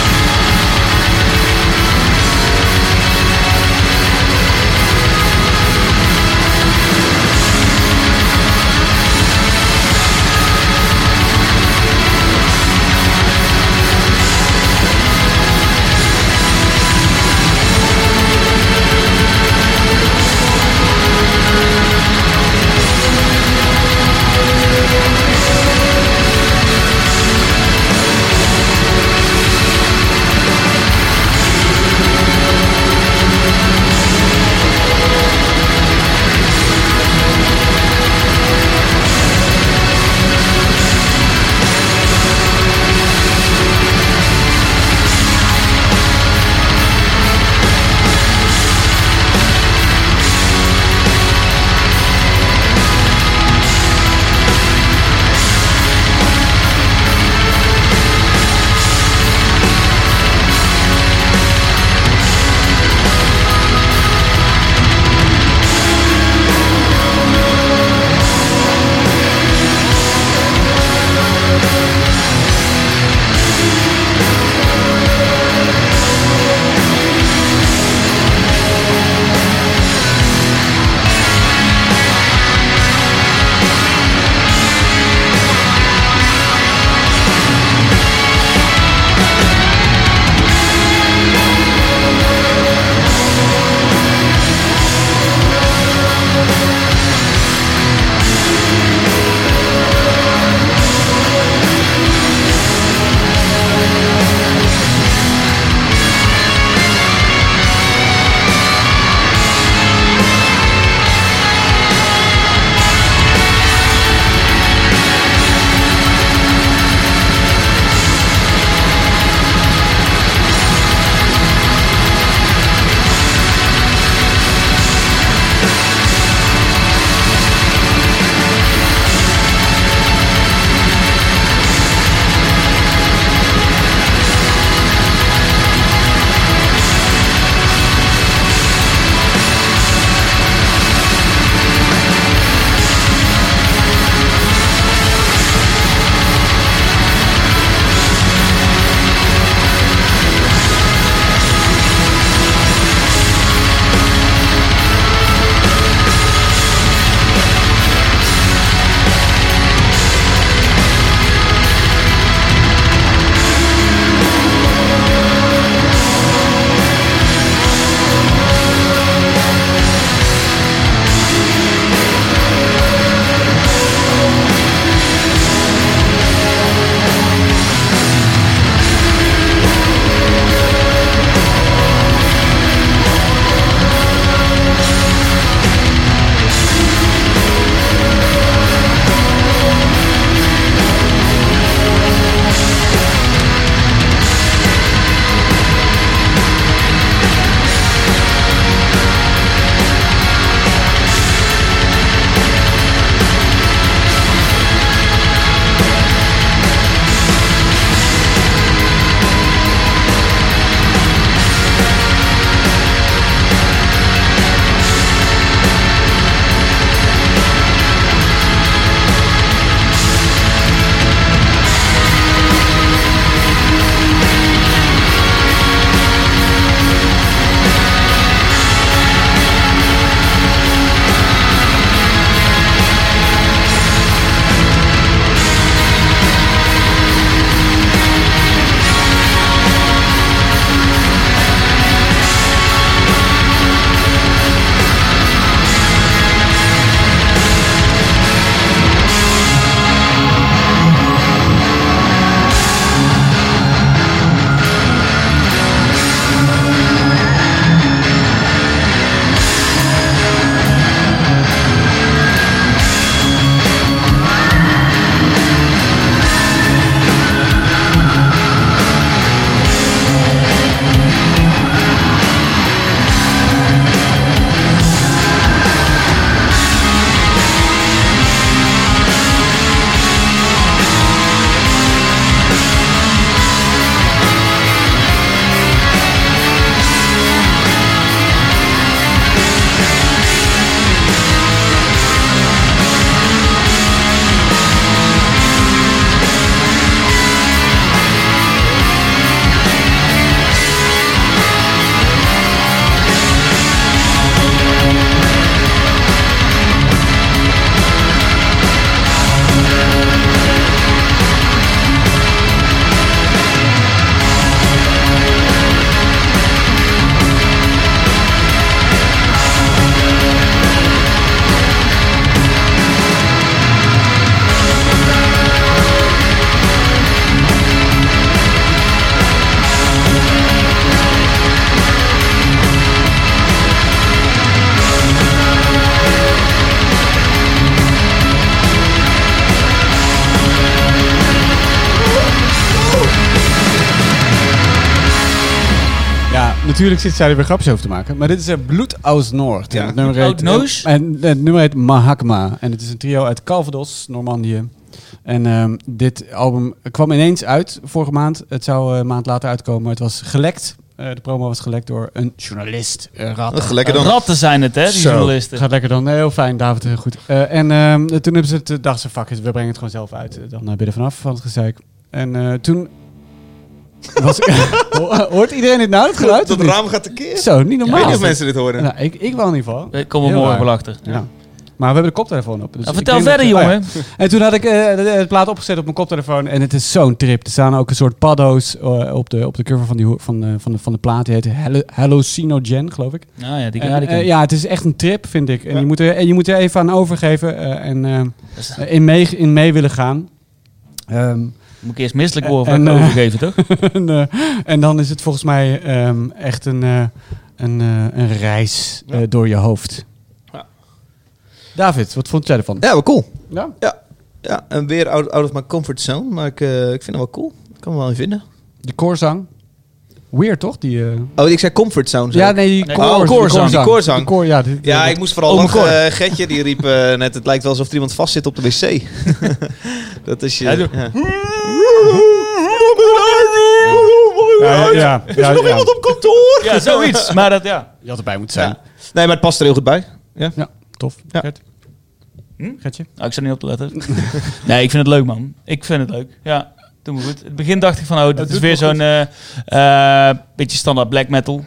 natuurlijk zit zij er weer grapjes over te maken. Maar dit is eh, Bloed aus Noord. Ja. En het nummer Bloed heet, eh, uit Noos? en het nummer heet Mahakma. En het is een trio uit Calvados, Normandië. En ehm, dit album kwam ineens uit vorige maand. Het zou eh, een maand later uitkomen. Het was gelekt. Eh, de promo was gelekt door een journalist. Eh, rat. Ach, lekker dan. Ratten zijn het, hè, die Zo. journalisten. Gaat lekker dan. Nee, heel fijn, David. Heel Goed. Eh, en ehm, toen hebben ze het, eh, dachten ze, fuck it, we brengen het gewoon zelf uit. Eh, Dan eh, ben je er vanaf van het gezeik. En eh, toen... Was, Ho- hoort iedereen dit nou, het geluid? Dat of niet? raam gaat tekeer. keer. Zo, niet ik normaal. weet niet of mensen dit horen. Nou, ik, ik wel in ieder geval. Ik Eh, kom er Heel morgen raar. wel achter. Ja. Maar we hebben de koptelefoon op. dus Nou, ik vertel denk verder, dat- oh ja. jongen. En toen had ik eh, de- de- het plaat opgezet op mijn koptelefoon. En het is zo'n trip. Er staan ook een soort paddo's eh, op, de, op de cover van, die, ho- van, eh, van, de, van de plaat. Die heet Hallu- Hallucinogen, geloof ik. Nou ja, die, En, ja, die eh, ken ik. ja, het is echt een trip, vind ik. En je, moet er, en je moet er even aan overgeven eh, en eh, Dus- eh, in, mee, in mee willen gaan. Ehm, Moet ik eerst misselijk worden En, voordat ik eh, overgeven, toch? en, eh, en dan is het volgens mij ehm, echt een, eh, een, eh, een reis eh, door je hoofd. Ja. David, wat vond jij ervan? Ja, wel cool. Ja. Ja, en weer out, out of my comfort zone. Maar ik, eh, ik vind hem wel cool. Ik kan hem wel in vinden. De koorzang. Weird, toch? Die, eh, Oh, ik zei comfort zone. zei Ja, ik. nee, die Nee, koor- oh, de koorzang, die koorzang. De koor, ja, dit- Ja, dit- ik moest vooral Oh, lachen. mijn Eh, Gertje die riep eh, net, het lijkt wel alsof er iemand vastzit op de wc. dat is je... Hij doet- ja. Ja, ja, ja, Is er nog ja. iemand op kantoor? Ja, zoiets. Maar dat, ja. Je had erbij moeten zijn. Ja. Nee, maar het past er heel goed bij. Ja. Ja, tof. Ja. Gert? Gertje? Nou, ik zat niet op te letten. nee, ik vind het leuk, man. Ik vind het leuk. Ja, doe me goed. In het begin dacht ik van, oh, dit is weer zo'n eh, eh, beetje standaard black metal.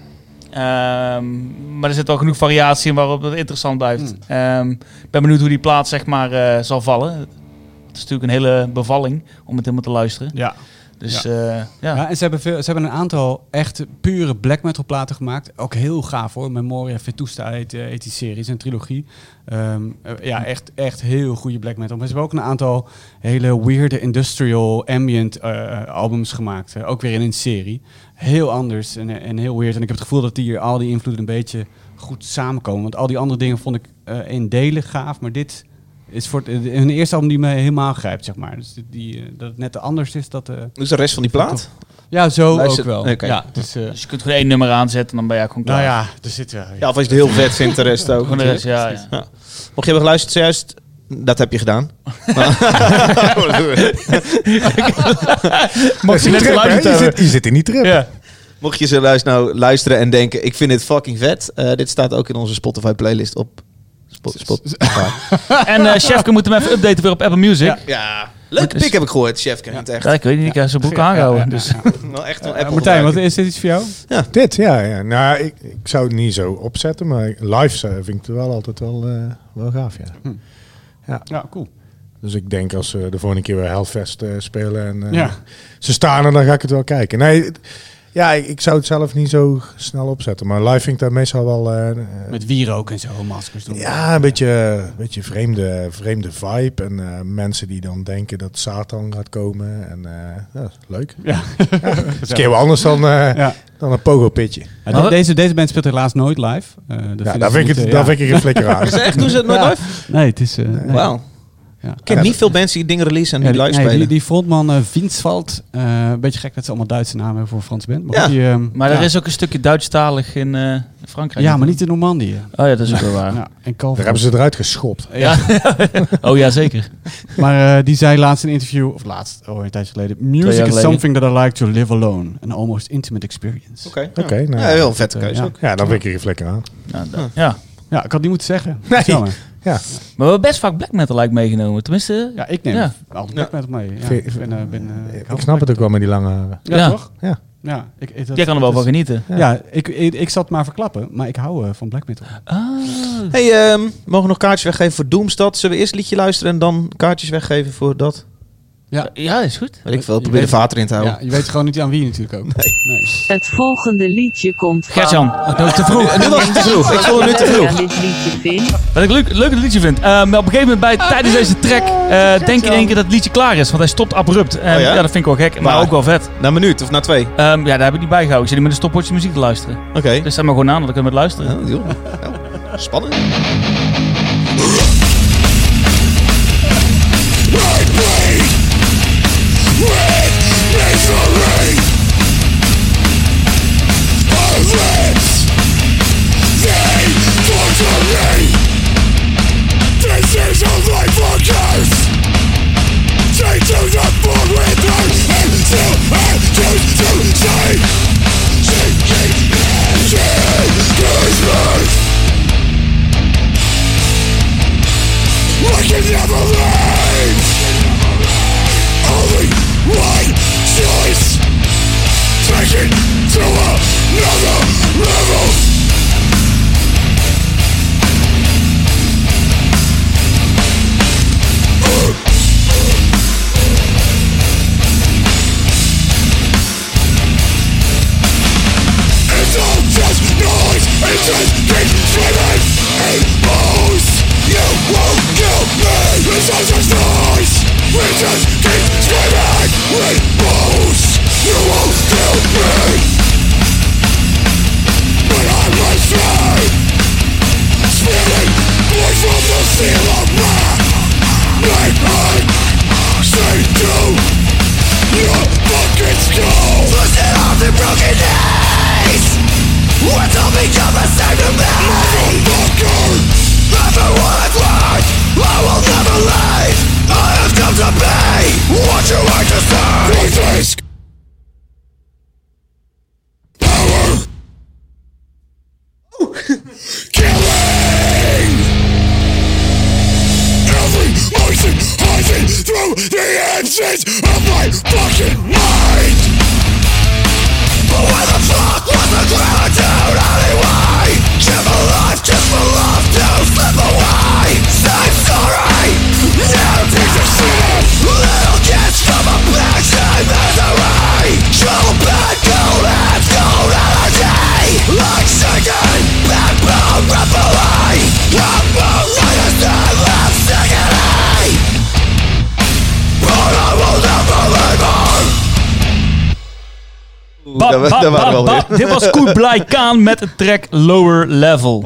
Ehm, maar er zit al genoeg variatie in waarop het interessant blijft. Ehm, ik ben benieuwd hoe die plaat zeg maar eh, zal vallen. Het is natuurlijk een hele bevalling om het helemaal te luisteren. Ja. Dus Ja. eh, ja. Ja, en ze hebben, veel, ze hebben een aantal echt pure black metal platen gemaakt. Ook heel gaaf hoor. Memoria Vetusta heet, eh, heet die series en trilogie. Ehm, eh, ja, echt, echt heel goede black metal. Maar ze hebben ook een aantal hele weirde industrial ambient eh, albums gemaakt. Eh, ook weer in een serie. Heel anders en, eh, en heel weird. En ik heb het gevoel dat die hier al die invloeden een beetje goed samenkomen. Want al die andere dingen vond ik eh in delen gaaf. Maar dit is voor het, een eerste album die me helemaal grijpt, zeg maar. Dus die, die, eh, dat het net anders is, dat... eh, Hoe is Dus de rest van die plaat? ja, zo Luister- ook wel. Oké. Ja, dus, eh, Dus je kunt gewoon één nummer aanzetten en dan ben je gewoon klaar. nou ja, er zit ja, Ja, of als je het heel vet vindt, de rest ook. Gewoon de rest, natuurlijk. ja, ja. Ja. Mocht je hebben geluisterd zojuist, dat heb je gedaan. Mag je, net trip, hè? geluisterd je, hebben. zit, je zit in die trip. Ja. Mocht je zojuist nou luisteren en denken, ik vind dit fucking vet. eh, dit staat ook in onze Spotify playlist op Spo- Spotify. En eh Chefke moet hem even updaten weer op Apple Music. Ja. ja, leuke pik heb ik gehoord, chef. Ken het echt. ik weet niet, ik heb zijn broek aangehouden. dus. Wel echt een Eh, Martijn, Apple wat gebruiker. is dit iets voor jou? Dit, ja. ja. Nou, ik, ik zou het niet zo opzetten, maar live eh, vind ik het wel altijd wel, eh, wel gaaf, ja. Hm. Ja, cool. Dus ik denk als ze de volgende keer weer Hellfest eh, spelen en eh, Ja. ze staan er, dan ga ik het wel kijken. Nee, het- ja, ik, ik zou het zelf niet zo snel opzetten, maar live vind ik daar meestal wel... eh, eh, Met wierook en zo, maskers doen. ja, een beetje, beetje vreemde, vreemde vibe en eh, mensen die dan denken dat Satan gaat komen. En eh, ja, is leuk. Ja. Dat is een keer wel anders dan, eh, Ja. dan een pogo-pitje. Ja, de- deze, deze band speelt helaas nooit live. Eh, dat Ja, vinden daar ze vind ik niet, het eh, daar ja. vind ik er geen flikker aan. Is het echt? Doen ze het nooit Ja. live? Nee, het is... eh, nee. Wauw. Ja. Ik ken niet veel mensen die dingen releasen en Ja, die die, live nee, spelen. die, die frontman eh Vinsvalt, eh, een beetje gek dat ze allemaal Duitse namen hebben voor een Frans band. Maar, Ja. goed, die, ehm, Maar ja. er is ook een stukje Duitsstalig in eh, Frankrijk. Ja, maar niet in Normandië. Oh ja, dat is ook wel waar. Ja, en Daar Calvados. hebben ze eruit geschopt. Ja. oh ja, zeker. Maar eh, die zei laatst in een interview, of laatst, oh, een tijdje geleden. Music is geleden. something that I like to live alone. An almost intimate experience. Oké, Oké, nou, ja, heel vette eh, keuze ja. ook. Ja, dan vind ik er geen flikker aan. Ja, dat- ja. Ja, ik had niet moeten zeggen. Nee. Jammer. Ja. Maar we hebben best vaak black metal lijkt meegenomen. Tenminste, ja. Ja, ik neem Ja. altijd black metal mee. Ja, Vind- ik ben, eh, ben, eh, Ik hou snap van het ook wel met die lange haren. black- Ja, Ja. toch? Ja. Ja, ik, ik- dat- jij kan er wel dat van is- genieten. Ja, ik, ik, ik zal het maar verklappen, maar ik hou eh, van black metal. Ah. Hey, ehm, mogen we nog kaartjes weggeven voor Doomstad? Zullen we eerst liedje luisteren en dan kaartjes weggeven voor dat? Ja. ja, is goed. Weet ik Je veel, probeer de weet- vater in te Nou. houden. Ja, je weet gewoon niet aan wie natuurlijk ook. Nee. Het volgende liedje komt van... Gertjan, Dat is te vroeg. Nu was het te vroeg, ik vond het nu te Leuk vroeg. aan dit liedje vind. wat ik leuk, leuk een liedje vind. Ehm, op een gegeven moment bij, tijdens deze track eh, denk ik in één keer dat het liedje klaar is. Want hij stopt abrupt. En Oh ja? ja? dat vind ik wel gek, maar, Maar- ook wel vet. Na een minuut of na twee? Oké. Ehm, ja, daar heb ik niet bij gehouden. Ik zit hier met een stopwatch muziek te luisteren. Dus zet maar gewoon aan, dan kunnen we het luisteren. Ja, joh. Ja, Spannend. Misery. I live. never leaves. Only my choice. Take it to another level. It's all just noise. It's just keep screaming. It moves. You won't kill me. It's all just noise. We just keep screaming. It moves. You won't kill me. But I must try. Spilling voice from the seal of wrath. Make I say to your fucking skull. Listen of the broken days. What's all become the same to me? Motherfucker. Never wanted life. I will never leave. I have come to be what you are to say. Voices. Power. Killing. Every motion rising through the edges of my fucking mind. But where the fuck was the gratitude anyway? Give a life just for love to slip away. Say sorry. Now take the shit. Little kids from a passion misery. Show bad gold and gold energy. Like shaking bad bone rapidly. I'm a lightest and left agony. But I will never leave her. Bap, daar wa- bap, daar waren we bap, alweer. bap. Dit was Koet Blijkaan met de track Lower Level.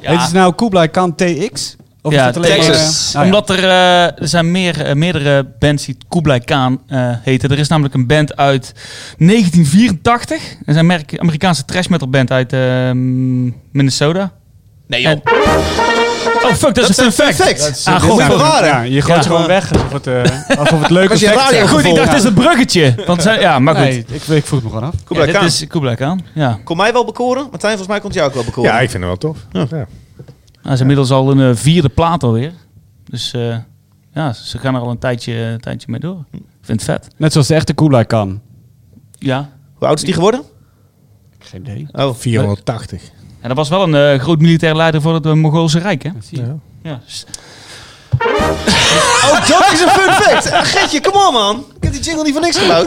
Heet het nou Kublai Khan TX? Of Ja, is dat alleen maar, Texas. eh, nou ja. Omdat er, eh, er zijn meer, eh, meerdere bands die Kublai Khan eh, heten. Er is namelijk een band uit 1984. Dat is een merk- Amerikaanse trash metal band uit eh, Minnesota. Nee En- oh fuck, dat is een fun fact. Perfect. Zo, Ah, eh, dit god. zijn we we- waren. Ja, je gooit Ja. ze gewoon weg alsof het, eh, alsof het leuk Was je effect radio zou Goed, ik gevolgd? dacht, Ja. het is een bruggetje. Want, zij- ja, maar goed. Nee, ik, ik vroeg me gewoon af. Ja, dit Kublai Khan. is Kublai Khan. Ja. Kon mij wel bekoren? Martijn, volgens mij kon het jou ook wel bekoren. Ja, ik vind het wel tof. Ja. Dat is inmiddels al een eh, vierde plaat alweer. Dus eh, ja, ze gaan er al een tijdje, een tijdje mee door. Ik vind het vet. Net zoals de echte Kublai Khan. Ja. Hoe oud is die geworden? Geen idee. Oh, 480. En dat was wel een eh, groot militair leider voor het eh, Mongoolse Rijk, hè? Zie je. Ja. s- oh dat is een fun fact. Eh, Gertje, kom on man. Ik heb die jingle niet voor niks gebouwd.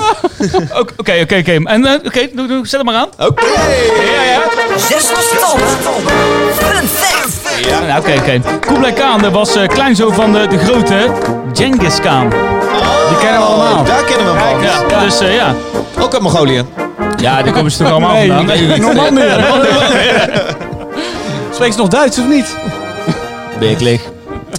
Oké, oké, oké. En eh, oké, doe, doe, zet hem maar aan. Oh, Oké. Zes losse tanden. Fun fact. Ja, nou, oké, oké. Kublai Khan dat was eh, kleinzoon van de, de grote Genghis Khan. Die kennen we allemaal. Daar kennen we hem van. Ja, dus eh, ja. Ook uit Mongolië. Ja, die komen ze toch allemaal Nee, vandaan. nee, nee, Normandië. Spreek ze nog Duits of niet? Ben ik leeg.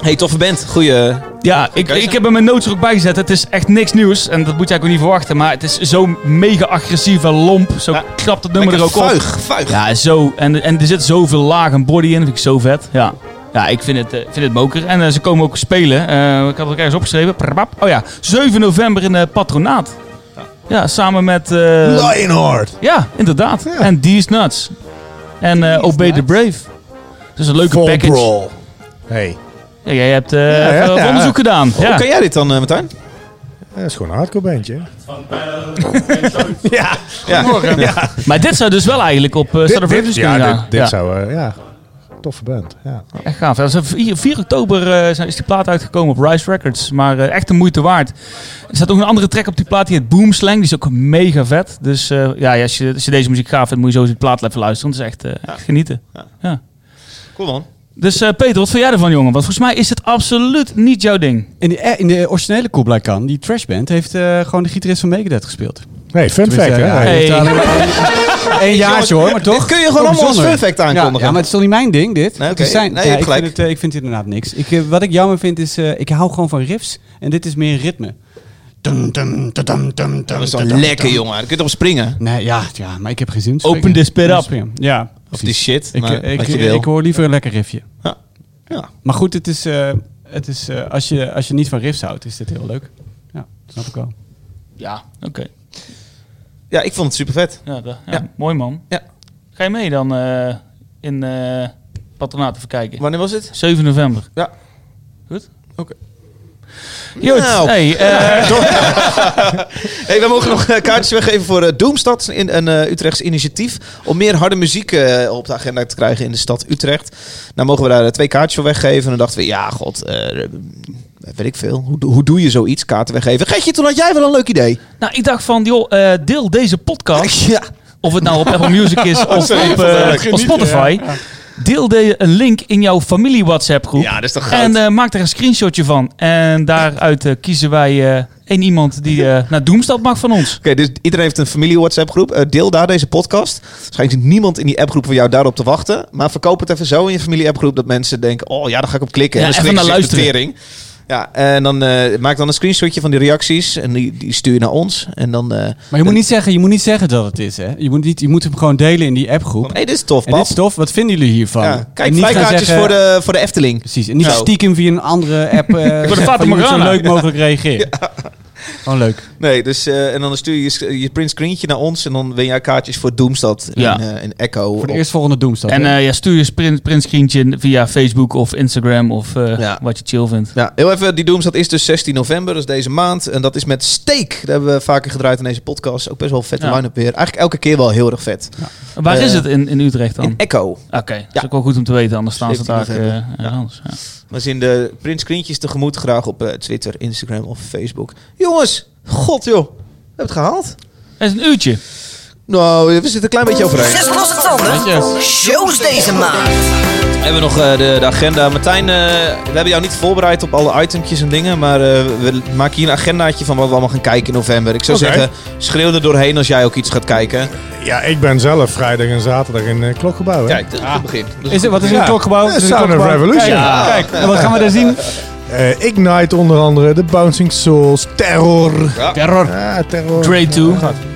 Hey, toffe band. Goeie... Ja, ik, ik heb hem mijn notes er ook bij gezet. Het is echt niks nieuws. En dat moet je eigenlijk ook niet verwachten. Maar het is zo mega agressief en lomp. Zo Ja. knapt het nummer er ook op. vuig, vuig. Ja, zo. En, en er zit zoveel laag en body in. Dat vind ik zo vet. Ja. Ja, ik vind het, eh, vind het moker. En eh, ze komen ook spelen. Eh, ik had het ook ergens opgeschreven. Prabap. Oh ja, 7 november in eh, Patronaat. Ja, samen met... eh, Lionheart. ja, inderdaad. En Die is Nuts. En eh, Obey the Brave. Dus een leuke Vol package. brawl. Hey, Ja, jij hebt eh, ja, even wat ja. onderzoek gedaan. Ja. Hoe kan jij dit dan, eh, Martijn? dat is gewoon een hardcore bandje. hè? Maar dit zou dus wel eigenlijk op eh Start of Revenge ja, kunnen gaan. dit, dit ja. zou... eh, ja, toffe band. Ja. Echt gaaf. Dat is 4, 4 oktober eh, zijn- is die plaat uitgekomen op Rise Records. Maar eh, echt de moeite waard. Er staat ook een andere track op die plaat die heet Boomslang. Die is ook mega vet. Dus eh, ja, als je, als je deze muziek gaaf vindt, moet je zo eens die plaat even luisteren. Dat is echt, eh, echt genieten. Kom man. Dus eh, Peter, wat vind jij ervan, jongen? Want volgens mij is het absoluut niet jouw ding. In, die, eh, in de originele Kublai Khan, die trashband, heeft eh, gewoon de gitarist van Megadeth gespeeld. Nee, fun fact. Tenminste, hè? ja, Hey. hij heeft Hey. alleen maar Eén jaartje hoor, maar toch? Dit kun je gewoon Toch allemaal als bijzonder. fun fact aankondigen. Ja, ja, maar het is toch niet mijn ding, dit? Nee, Het oké. is zijn, Nee, je ja, hebt ik, vind gelijk. het, eh, ik vind het inderdaad niks. Ik, eh, wat ik jammer vind is, eh, ik hou gewoon van riffs. En dit is meer ritme. Dum, dum, dum, dum, dum, Dat is dum, dan dum, lekker, dum. jongen. Daar kun je op springen. Nee, ja, ja, maar ik heb geen zin om te Open springen. this pit Om te up. springen. Ja, Of precies. die shit. Ik, maar eh, ik, wat je ik, wil. hoor liever een lekker riffje. Ja. Ja. Maar goed, het is, eh, het is, eh, als, je, als je niet van riffs houdt, is dit heel leuk. Ja, snap ik wel. Ja, oké. ja, ik vond het super vet. Ja, da- ja, Ja. Mooi, man. Ja. Ga je mee dan eh, in eh Patronaat even kijken? Wanneer was het? 7 november. Ja. Goed? Goed, Nou. hey, eh, Hey, we mogen nog eh, kaartjes weggeven voor eh, Doomstad, in een eh, Utrechts initiatief. Om meer harde muziek eh, op de agenda te krijgen in de stad Utrecht. Nou mogen we daar eh, twee kaartjes voor weggeven. En dan dachten we, ja god, eh, weet ik veel. Hoe, hoe doe je zoiets, kaarten weggeven? Getje, toen had jij wel een leuk idee. nou, ik dacht van, joh, eh, deel deze podcast, Ja. of het nou op Apple Music is of op, eh, op Spotify, deel de, een link in jouw familie WhatsApp groep. ja, dat is toch goud. En eh, maak er een screenshotje van. En daaruit eh, kiezen wij eh, één iemand die eh, naar Doemstad mag van ons. Oké, dus iedereen heeft een familie WhatsApp groep. Eh, deel daar deze podcast. Waarschijnlijk zit niemand in die appgroep van jou daarop te wachten. Maar verkoop het even zo in je familie appgroep dat mensen denken: "Oh ja, daar ga ik op klikken." Ja, en dan even schrikken naar ze zich de tering. Ja, en dan eh, maak dan een screenshotje van die reacties en die, die stuur je naar ons. En dan eh, Maar je moet, niet zeggen, je moet niet zeggen dat het is, hè? Je moet, niet, je moet hem gewoon delen in die appgroep. van, hey, dit is tof, En dit pap. is tof, wat vinden jullie hiervan? Ja, En kijk, niet vijf gaan kaartjes zeggen- voor de, voor de Efteling. Precies, en niet Zo. stiekem via een andere app eh, zeggen Fata van, je moet zo Morgana. leuk mogelijk reageren. Gewoon leuk. Nee, dus eh, en dan stuur je sc- je print screentje naar ons en dan win jij kaartjes voor Doomstad Ja. en, eh, en Echo. Voor de op- eerstvolgende Doomstad. En hè? eh, ja, stuur je print, printscreentje via Facebook of Instagram of eh, Ja. wat je chill vindt. Ja, heel even, die Doomstad is dus 16 november, dus deze maand. En dat is met Steak. Daar hebben we vaker gedraaid in deze podcast. Ook best wel een vette Ja. line-up weer. Eigenlijk elke keer wel heel erg vet. Waar Eh, is het in, in Utrecht dan? In Echo. Oké, dat is ook wel goed om te weten, anders staan ze 17 daar eh, november. ergens anders. Ja. We zien de printscreentjes tegemoet graag op eh, Twitter, Instagram of Facebook. Jongens, god joh. We hebben het gehaald. Het is een uurtje. Nou, we zitten een klein beetje overheen. Zes losse tanden. Shows deze maand. We hebben nog eh, de, de agenda. Martijn, eh, we hebben jou niet voorbereid op alle itempjes en dingen. Maar eh, we maken hier een agendaatje van wat we allemaal gaan kijken in november. Ik zou Oké. zeggen, schreeuw er doorheen als jij ook iets gaat kijken. Ja, ik ben zelf vrijdag en zaterdag in eh, Klokgebouw. Hè? Kijk, dat is het Dus begin. Dat is is het, wat is Ja. het klokgebouw? Ja, Is het Sound of klokgebouw? Revolution. Kijk, Ja. Kijk, en wat gaan we daar zien? Eh, Ignite onder andere, The Bouncing Souls, Terror. Terror. Ah, Terror. Grade 2.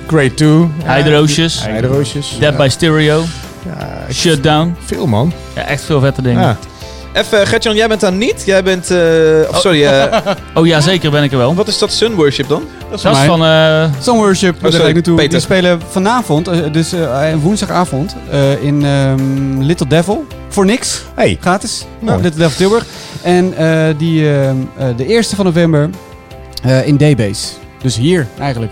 Grade 2. Hydroosjes. Heideroosjes. Dead by Stereo. Ja, Shutdown. veel man. Ah, Ja, echt veel vette dingen. Ja. Even, Gertjan, jij bent daar niet. Jij bent. eh, of sorry, eh, Oh ja, zeker ben ik er wel. wat is dat Sunworship dan? Dat is mij. van... eh, Sun Worship, daar sorry, ga ik naartoe. Peter. Die spelen vanavond, eh, dus eh, eh, woensdagavond, eh, in ehm, Little Devil. Voor niks, Hey, gratis. Mooi. Little Devil Tilburg. En eh, die, ehm, eh, de eerste van november eh, in Daybase. Dus hier eigenlijk.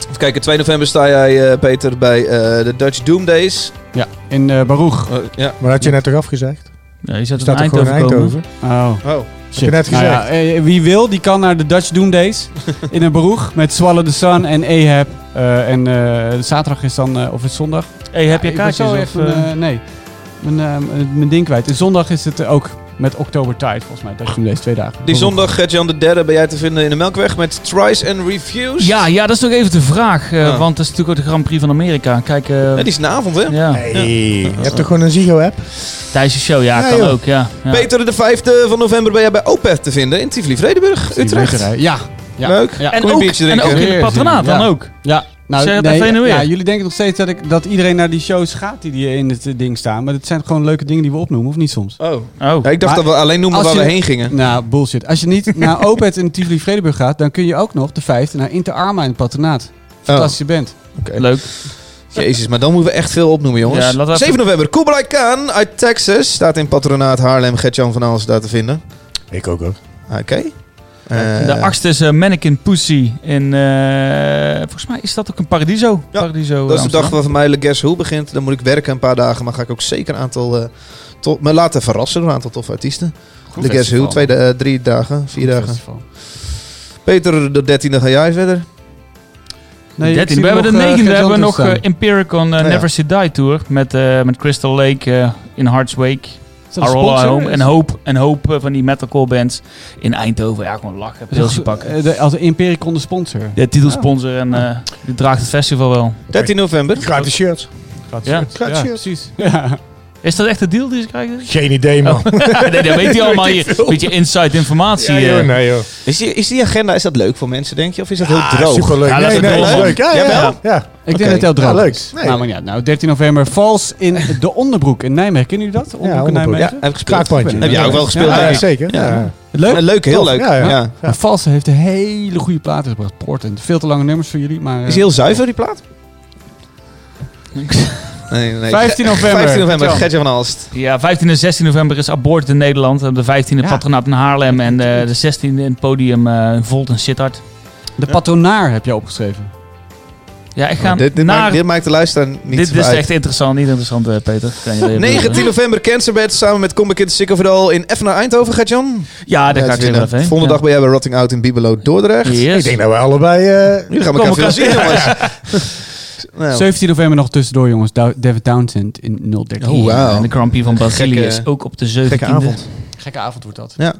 Even kijken, 2 november sta jij, eh, Peter, bij eh, de Dutch Doom Days. Ja. In eh Baruch. Eh, ja. maar had je net toch afgezegd? ja, je zet het in Staat er gewoon Eindhoven, komen. Eindhoven? Oh. Oh. Shit. je net Nou ja, eh, wie wil, die kan naar de Dutch Doom Days in een Baruch met Swallow the Sun en Ahab. Eh, en eh, zaterdag is dan, eh, of het zondag. Hey, heb je Ja, ik ben kaartjes? zo Of, even, eh, eh, nee, mijn, eh, mijn ding kwijt. En zondag is het eh, ook met Oktobertide volgens mij. Dat doen deze twee dagen. Die zondag, Gertjan de derde, ben jij te vinden in de Melkweg met Tries and Reviews. ja, ja, dat is nog even de vraag. eh, Ja. Want het is natuurlijk ook de Grand Prix van Amerika. Kijk, eh, Ja, die is een avond, hè? ja. Hey, je hebt toch gewoon een Ziggo-app? tijdens de show. Ja, Ja, kan joh. ook. Ja, ja. Peter, de 5e van november ben jij bij Opeth te vinden in Tivoli Vredenburg, Utrecht. Bekerij. Ja. ja. Leuk. Ja. En Kom je ook, en biertje drinken. ook in het Heerlijk, patronaat dan ja. ook. Ja, nou, Zeg het even heen en weer. ja, jullie denken nog steeds dat, ik, dat iedereen naar die shows gaat die, die in het eh, ding staan. Maar het zijn gewoon leuke dingen die we opnoemen, of niet soms? Oh. Oh. Ja, ik dacht Maar dat we alleen noemen als waar we je- heen gingen. Nou, bullshit. Als je niet naar Opet in Tivoli Vredenburg gaat, dan kun je ook nog de vijfde naar Inter Arma in het patronaat. Fantastische band. Leuk. Oh. Jezus, maar dan moeten we echt veel opnoemen, Ja, jongens. laten we even- 7 november, Kublai Khan uit Texas. Staat in patronaat Haarlem. Gertjan van Aals daar te vinden. Ik ook hoor. Oké. Eh, De achtste is eh, Mannequin Pussy. In, eh, volgens mij is dat ook een Paradiso. Ja, Paradiso dat is de Amsterdam. dag waar voor mij Le Guess Who begint. Dan moet ik werken een paar dagen. Maar ga ik ook zeker een aantal... eh to- me laten verrassen door een aantal toffe artiesten. De Guess Who, twee, da- eh, drie dagen, vier dagen. Festival. Peter, de dertiende ga jij verder. Nee, ik Dertien. zie We hebben de nog, eh, negende Gert-Jan hebben we Dries nog staan. eh, Empiricon eh, ja. Never Say Die Tour. Met, eh, met Crystal Lake eh, in Hearts Wake. Is dat een Are All sponsor? Home. En hoop, en hoop eh, van die metalcore bands in Eindhoven. Ja, gewoon lachen. Is dat- Pilsje pakken. eh, de- Als de Impericon de sponsor. De Ah. titelsponsor en eh, die draagt het festival wel. 13 november. Gratis shirts. Ja. Gratis Ja, shirts. precies. Ja. Is dat echt de deal die ze krijgen? Geen idee man. nee, dat weet hij allemaal hier. Beetje inside informatie. Ja, eh. joh, nee joh. Is die, is die agenda, is dat leuk voor mensen, denk je? Of is dat heel Ah, droog? superleuk. Ja, dat is nee, nee, het doel, dat is man. leuk. Ja, ja, Jawel. ja. ja. Ik denk dat het heel droog Ja, leuk. is. Nee. Nou, maar ja, nou, 13 november, Vals in de Onderbroek in Nijmegen. Kennen jullie dat? Onderbroek in Onderbroek. Ja, Nijmegen? heb ik gespeeld. Kraakpandje. Heb jij ook wel gespeeld, Ja, denk ik. zeker. Ja. Ja. Leuk? Maar leuk, heel Tof, leuk. ja, ja. Ja. Maar Vals heeft een hele goede plaat gebracht. Port en veel te lange nummers voor jullie. Maar, eh, Is die heel zuiver, die plaat? Nee, nee. 15 november. 15 november, Vertel. Gertje van Alst. Ja, 15 en 16 november is Abort in Nederland. En Op de 15e Ja. patronaat in Haarlem. En eh, de 16e in het podium eh, in Volt en Sittard. De patronaar heb je opgeschreven. Ja, ik ga dit, dit, naar... maakt, dit maakt de luisteraar niet dit zo dit is uit. echt interessant. Niet interessant, eh, Peter. Kan je weer- 19 november Cancerbed samen met Comic Kids Sick of It All in F naar Eindhoven, Gertjan. Ja, daar Ja, ga het ik is weer winnen. even heen. Volgende dag ben jij bij Rotting Out in Bibelo Dordrecht. Yes. Ik denk dat we allebei... eh, Nu gaan we Kom, elkaar veel elkaar- zien, jongens. Nou, 17 november nog tussendoor, jongens. Dou- David Townsend in 013. Oh, wauw. En de Grand Prix van Brazilië Gekke- is ook op de 17e. gekke avond. Gekke avond wordt dat. Ja.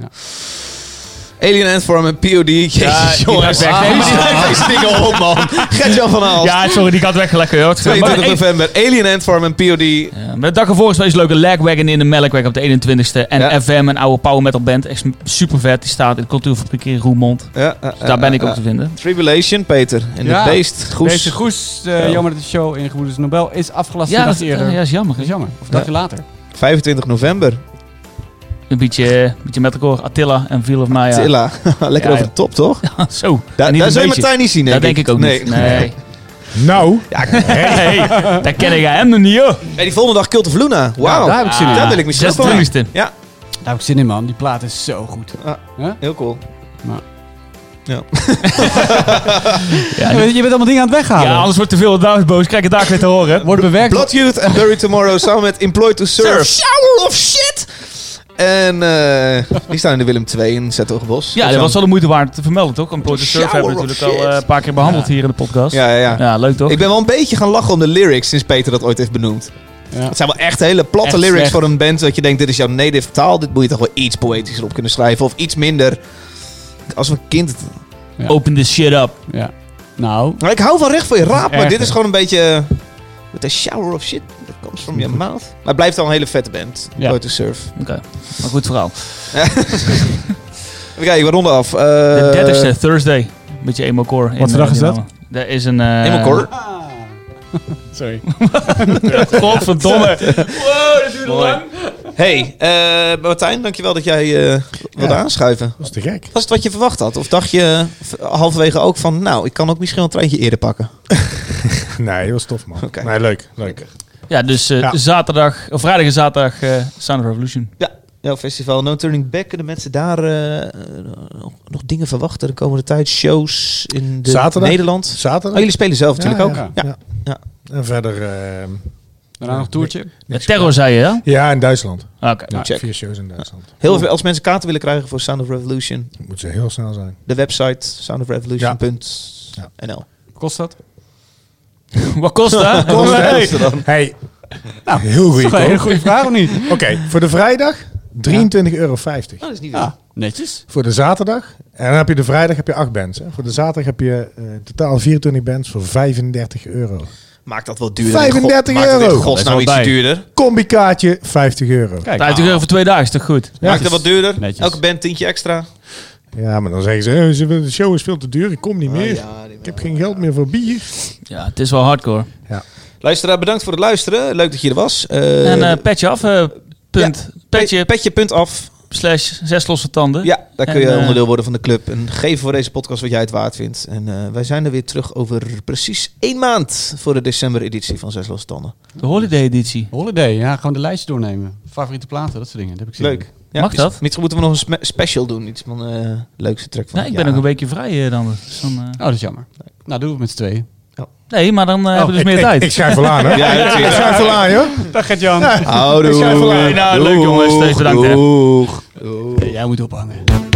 Alien Antform en POD. Jezus, Ja, die jongens. was weg. Ah, die lijkt dingen op, man. Gertjan van Alst. Ja, sorry, die gaat weggelegd. hoor. Het gaat- maar 22 één- november, Alien Antform en POD. Ja, maar de dag ervoor is wel eens leuke Lagwagon in de Melkweg op de 21ste. En Ja. FM, een oude power metal band. Echt super vet. Die staat in de cultuurfabriek in Roermond. Ja, eh, Dus daar ben ik eh, ook te vinden. Tribulation, Peter. En Ja. de beest, Goes. Deze Goes, eh, jammer dat de show in Gebroeders Nobel is afgelast ja, Ja, een dat dag eerder. ja, Dat is jammer. hè. is jammer. Of een dagje later. 25 november, Een beetje, een beetje metalcore. Attila en Feel of Maya. Tilla. Lekker Ja, over de top, toch? Daar- Zo. Daar, niet een zou je beetje. Martijn niet zien, dat denk ik ook niet. Nee. nou, Hey, daar ken ik hem nog niet, joh. En die volgende dag Cult of Luna. Wauw. daar heb ik zin in. Daar wil ik misschien ook wel heen. 26e. Ja, Daar heb ik zin in, man. Die plaat is zo goed. heel cool. Eh, Ja, Je die- bent allemaal dingen aan het weghalen. ja, anders wordt te veel de dag boos. Krijg het daar weer te horen. Worden bewerkt. Blood Youth en Bury Tomorrow samen met Employed to Serve. Shower of shit! En eh, die staan in de Willem 2 in Zettogenbos. Ja, dat was wel de moeite waard te vermelden, toch? Een Port Surf hebben we Shower of natuurlijk al eh, shit. een paar keer behandeld hier in de podcast. Ja, ja, ja. Ja, leuk toch? Ik ben wel een beetje gaan lachen om de lyrics sinds Peter dat ooit heeft benoemd. Ja. Het zijn wel echt hele platte Echt lyrics slecht. voor een band. Dat je denkt, dit is jouw native taal. Dit moet je toch wel iets poëtischer op kunnen schrijven. Of iets minder. Als een kind. het- Open this shit up. Ja. Nou, Nou, ik hou van recht voor je raap. Maar Erg, dit is hè? gewoon een beetje... eh, With a shower of shit that comes from your mouth. Maar het blijft al een hele vette band. Ja. Go to surf. Oké, maar goed verhaal. Even kijken, we ronden af. Eh, De 30ste, Thursday. Beetje emo-core. in, Wat voor dag eh, is dat? Dynamo. Dat is een... eh, Emo-core? sorry. Godverdomme. wow, dat duurde Mooi. Hey, eh Martijn, dankjewel dat jij eh, wilde aanschuiven. dat is te gek. Was het wat je verwacht had? Of dacht je v- halverwege ook van, nou, ik kan ook misschien wel een treintje eerder pakken? Nee, dat was tof, man. Oké. Nee, leuk. leuk. Ja, dus eh, Ja. zaterdag, of vrijdag en zaterdag, eh, Sound of Revolution. Ja, jouw festival No Turning Back. Kunnen mensen daar eh, eh, nog, nog dingen verwachten de komende tijd? Shows in de Zaterdag? Nederland? Zaterdag? Oh, jullie spelen zelf natuurlijk ook. Ja. Ja. ja. En verder... eh, Daarna nog een toertje. niks terror zei je, hè? Ja, in Duitsland. Oké. Ja, check. Vier shows in Duitsland. Heel veel, als mensen kaarten willen krijgen voor Sound of Revolution, Moet ze heel snel zijn. de website soundofrevolution.nl. Kost dat? Wat kost dat? Hey, Nou, heel goed. Toch een Oké, hele goede vraag, of niet? voor de vrijdag 23,50 euro. dat is niet Ja, netjes. Voor de zaterdag. En dan heb je de vrijdag heb je 8 bands. Hè. Voor de zaterdag heb je eh, totaal 24 bands voor 35 euro. Maakt dat wel duurder? 35 Maakt dat in euro. godsnaam Dat is wel iets bij. duurder? Combi-kaartje 50 euro. Kijk. 50 euro voor twee dagen, is toch goed? Ja, Maakt dat wat duurder? netjes. Elke band tientje extra? Ja, maar dan zeggen ze, eh, ze willen- de show is veel te duur, ik kom niet meer. Ah, ja, die ik heb geen geld meer voor bier. Ja, het is wel hardcore. Luisteraar, bedankt voor het luisteren. Leuk dat je er was. Eh, en eh petje af, eh, punt. pe- petje, petje punt af. slash zes losse tanden. Ja, daar kun En, je eh, onderdeel worden van de club. En geef voor deze podcast wat jij het waard vindt. En eh, wij zijn er weer terug over precies één maand voor de december-editie van Zes Losse Tanden. De holiday editie. Holiday, ja, gewoon de lijstje doornemen. Favoriete platen, dat soort dingen. Dat heb ik zin in. Oh, Leuk. Ja, Mag mis- dat? Misschien moeten we nog een sme- special doen. Iets van eh leukste track van Nou, ik ben het jaar. ook een weekje vrij eh, dan. Dus dan eh, Oh, dat is jammer. Nou, doen we het met z'n tweeën. Nee, maar dan eh, hebben we dus ik, meer ik- tijd. Ik, schrijf wel aan, hè? Ja, ja, ik natuurlijk. schrijf wel aan, joh. Dag Gert-Jan. Houdoe. Ik schrijf wel aan. Nee, nou, leuk jongens. Steeds bedankt, hè. Doeg. Jij moet ophangen.